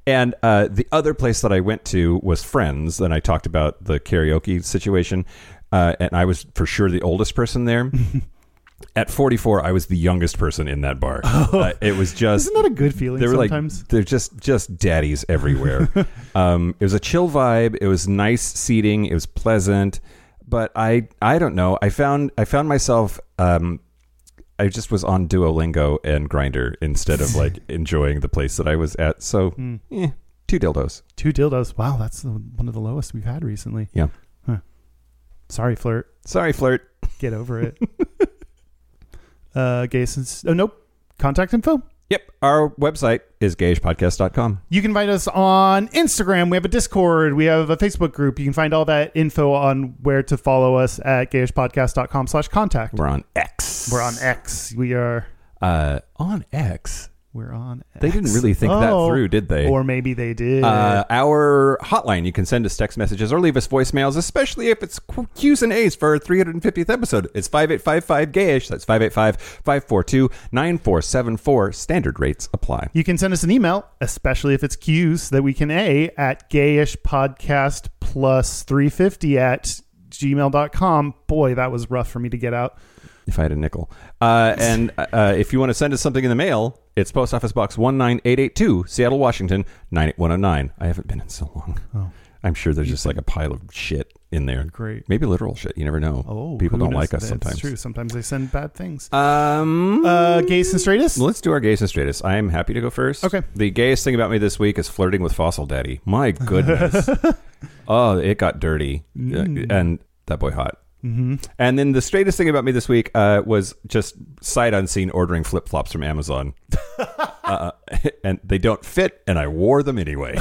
[SPEAKER 1] And uh, the other place that I went to was Friends, and I talked about the karaoke situation. Uh, and I was for sure the oldest person
[SPEAKER 2] <laughs>
[SPEAKER 1] there. At 44, I was the youngest person in that bar.
[SPEAKER 2] Oh.
[SPEAKER 1] Uh, it
[SPEAKER 2] <laughs>
[SPEAKER 1] was just
[SPEAKER 2] Isn't that a good feeling?
[SPEAKER 1] they were
[SPEAKER 2] sometimes
[SPEAKER 1] like they're just just daddies
[SPEAKER 2] <laughs>
[SPEAKER 1] everywhere. um, it was a chill vibe. It was nice seating. It was pleasant. But I I don't know. I found I found myself. Um, I just was on Duolingo and Grinder instead of
[SPEAKER 2] <laughs>
[SPEAKER 1] like enjoying the place that I was at. So,
[SPEAKER 2] Hmm.
[SPEAKER 1] eh, two dildos.
[SPEAKER 2] two dildos. Wow, that's the, one of the lowest we've had recently.
[SPEAKER 1] Yeah.
[SPEAKER 2] Sorry, flirt.
[SPEAKER 1] Sorry, flirt.
[SPEAKER 2] Get
[SPEAKER 1] <laughs>
[SPEAKER 2] over it. uh, gays and s- oh nope. Contact info.
[SPEAKER 1] Yep. Our website is gagepodcast.com.
[SPEAKER 2] You can find us on Instagram. We have a Discord. We have a Facebook group. You can find all that info on where to follow us at gayishpodcast.com slash contact.
[SPEAKER 1] We're on X.
[SPEAKER 2] We're on X. We are.
[SPEAKER 1] Uh, on X.
[SPEAKER 2] We're on. X.
[SPEAKER 1] They didn't really think
[SPEAKER 2] Oh.
[SPEAKER 1] that through, did they?
[SPEAKER 2] Or maybe they did.
[SPEAKER 1] Uh, our hotline, you can send us text messages or leave us voicemails, especially if it's Q- Q's and A's for our 350th episode. It's 5855 gayish. That's 585 542 9474. Standard rates apply.
[SPEAKER 2] you can send us an email, especially if it's Q's that we can A at gayishpodcast plus 350 at gmail.com. Boy, that was rough for me to get out.
[SPEAKER 1] if I had a nickel. Uh, and uh, if you want to send us something in the mail, it's Post Office Box 19882, Seattle, Washington, 98109. I haven't been in so long.
[SPEAKER 2] Oh.
[SPEAKER 1] I'm sure there's just like a pile of shit in there.
[SPEAKER 2] Great.
[SPEAKER 1] Maybe literal shit. You never know.
[SPEAKER 2] Oh,
[SPEAKER 1] People
[SPEAKER 2] who
[SPEAKER 1] don't like
[SPEAKER 2] knows?
[SPEAKER 1] us
[SPEAKER 2] That's
[SPEAKER 1] sometimes.
[SPEAKER 2] true. Sometimes they send bad things.
[SPEAKER 1] Um,
[SPEAKER 2] Uh, gays and straightest?
[SPEAKER 1] let's do our gays and straightest. I am happy to go first.
[SPEAKER 2] Okay.
[SPEAKER 1] The gayest thing about me this week is flirting with Fossil Daddy.
[SPEAKER 2] <laughs>
[SPEAKER 1] My goodness. oh, it got dirty.
[SPEAKER 2] Mm.
[SPEAKER 1] Uh, And that boy hot. Mm-hmm. And then the straightest thing about me this week uh, was just sight unseen ordering flip flops from
[SPEAKER 2] <laughs>
[SPEAKER 1] Amazon. uh, <laughs> and they don't fit, and I wore them
[SPEAKER 2] <laughs>
[SPEAKER 1] anyway.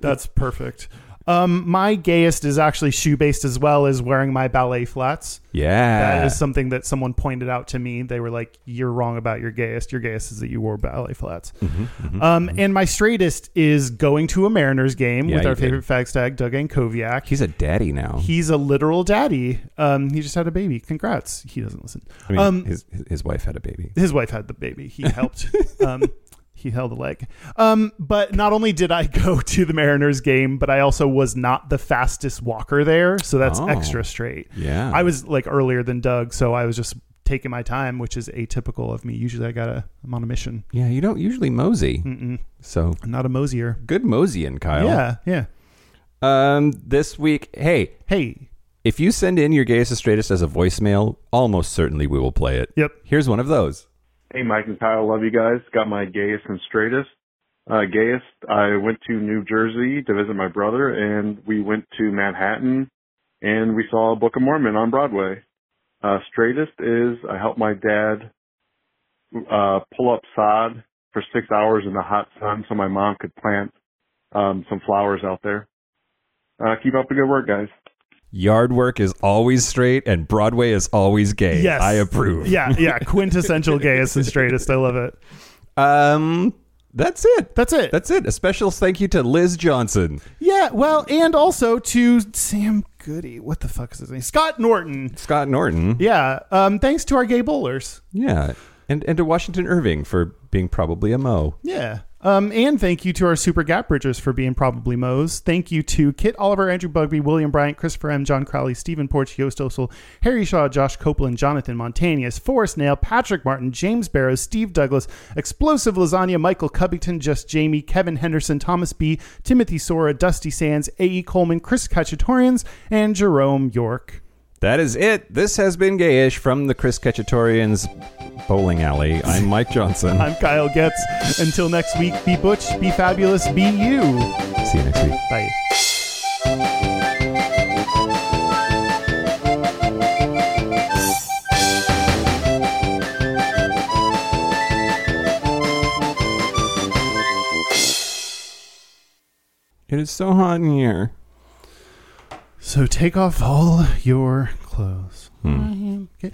[SPEAKER 2] That's perfect. Um, my gayest is actually shoe based as well as wearing my ballet flats.
[SPEAKER 1] Yeah.
[SPEAKER 2] That is something that someone pointed out to me. They were like, "You're wrong about your gayest. Your gayest is that you wore ballet flats."
[SPEAKER 1] Mm-hmm,
[SPEAKER 2] <laughs> um, And my straightest is going to a Mariners game
[SPEAKER 1] Yeah,
[SPEAKER 2] with our
[SPEAKER 1] you did.
[SPEAKER 2] favorite fag stag, Doug Ankoviak.
[SPEAKER 1] He's a daddy now.
[SPEAKER 2] He's a literal daddy. Um, he just had a baby. Congrats. He doesn't listen.
[SPEAKER 1] I mean,
[SPEAKER 2] um,
[SPEAKER 1] his, his wife had a
[SPEAKER 2] <laughs>
[SPEAKER 1] baby.
[SPEAKER 2] his wife had the baby.
[SPEAKER 1] <laughs>
[SPEAKER 2] He helped. um, he held a leg. Um, but not only did I go <laughs> to the Mariners game, but I also was not the fastest walker there. So that's
[SPEAKER 1] Oh.
[SPEAKER 2] extra straight.
[SPEAKER 1] Yeah.
[SPEAKER 2] I was like earlier than Doug. So I was just taking my time, which is atypical of me. Usually I got to, I'm on a mission.
[SPEAKER 1] Yeah, you don't usually mosey. So
[SPEAKER 2] I'm not a mosier.
[SPEAKER 1] good moseying, Kyle.
[SPEAKER 2] Yeah. Yeah.
[SPEAKER 1] Um, this week, hey,
[SPEAKER 2] Hey.
[SPEAKER 1] if you send in your gayest and straightest as a voicemail, almost certainly we will play it.
[SPEAKER 2] Yep.
[SPEAKER 1] Here's one of those.
[SPEAKER 5] Hey, Mike and Kyle, love you guys. Got my gayest and straightest. Uh, gayest, I went to New Jersey to visit my brother, and we went to Manhattan, and we saw Book of Mormon on Broadway. Uh, straightest is I helped my dad uh, pull up sod for six hours in the hot sun so my mom could plant um, some flowers out there. Uh, keep up the good work, guys.
[SPEAKER 1] Yard work is always straight, and Broadway is always gay.
[SPEAKER 2] Yes.
[SPEAKER 1] I approve.
[SPEAKER 2] Yeah.
[SPEAKER 1] <laughs>
[SPEAKER 2] Yeah. Quintessential gayest and straightest. I love it.
[SPEAKER 1] Um, that's it.
[SPEAKER 2] That's it.
[SPEAKER 1] That's it. A special thank you to Liz Johnson,
[SPEAKER 2] yeah. Well, and also to Sam Goody. What the fuck is his name? Scott Norton.
[SPEAKER 1] Scott Norton.
[SPEAKER 2] Yeah. Um, thanks to our gay bowlers.
[SPEAKER 1] Yeah. And and to Washington Irving for being probably a mo.
[SPEAKER 2] Yeah. Um, and thank you to our super gap bridgers for being probably Moes. Thank you to Kit Oliver, Andrew Bugby, William Bryant, Christopher M, John Crowley, Stephen Porch, Yost Osel, Harry Shaw, Josh Copeland, Jonathan Montanius, Forrest Nail, Patrick Martin, James Barrows, Steve Douglas, Explosive Lasagna, Michael Cubbington, Just Jamie, Kevin Henderson, Thomas B, Timothy Sora, Dusty Sands, A.E. Coleman, Chris Kachatorians, and Jerome York.
[SPEAKER 1] That is it. This has been Gayish from the Chris Ketchatorians bowling alley. I'm Mike Johnson.
[SPEAKER 2] <laughs> I'm Kyle Getz. Until next week, be Butch, be fabulous, be you.
[SPEAKER 1] See you next week.
[SPEAKER 2] Bye.
[SPEAKER 1] It is so hot in here.
[SPEAKER 2] So take off all your clothes. I am gay.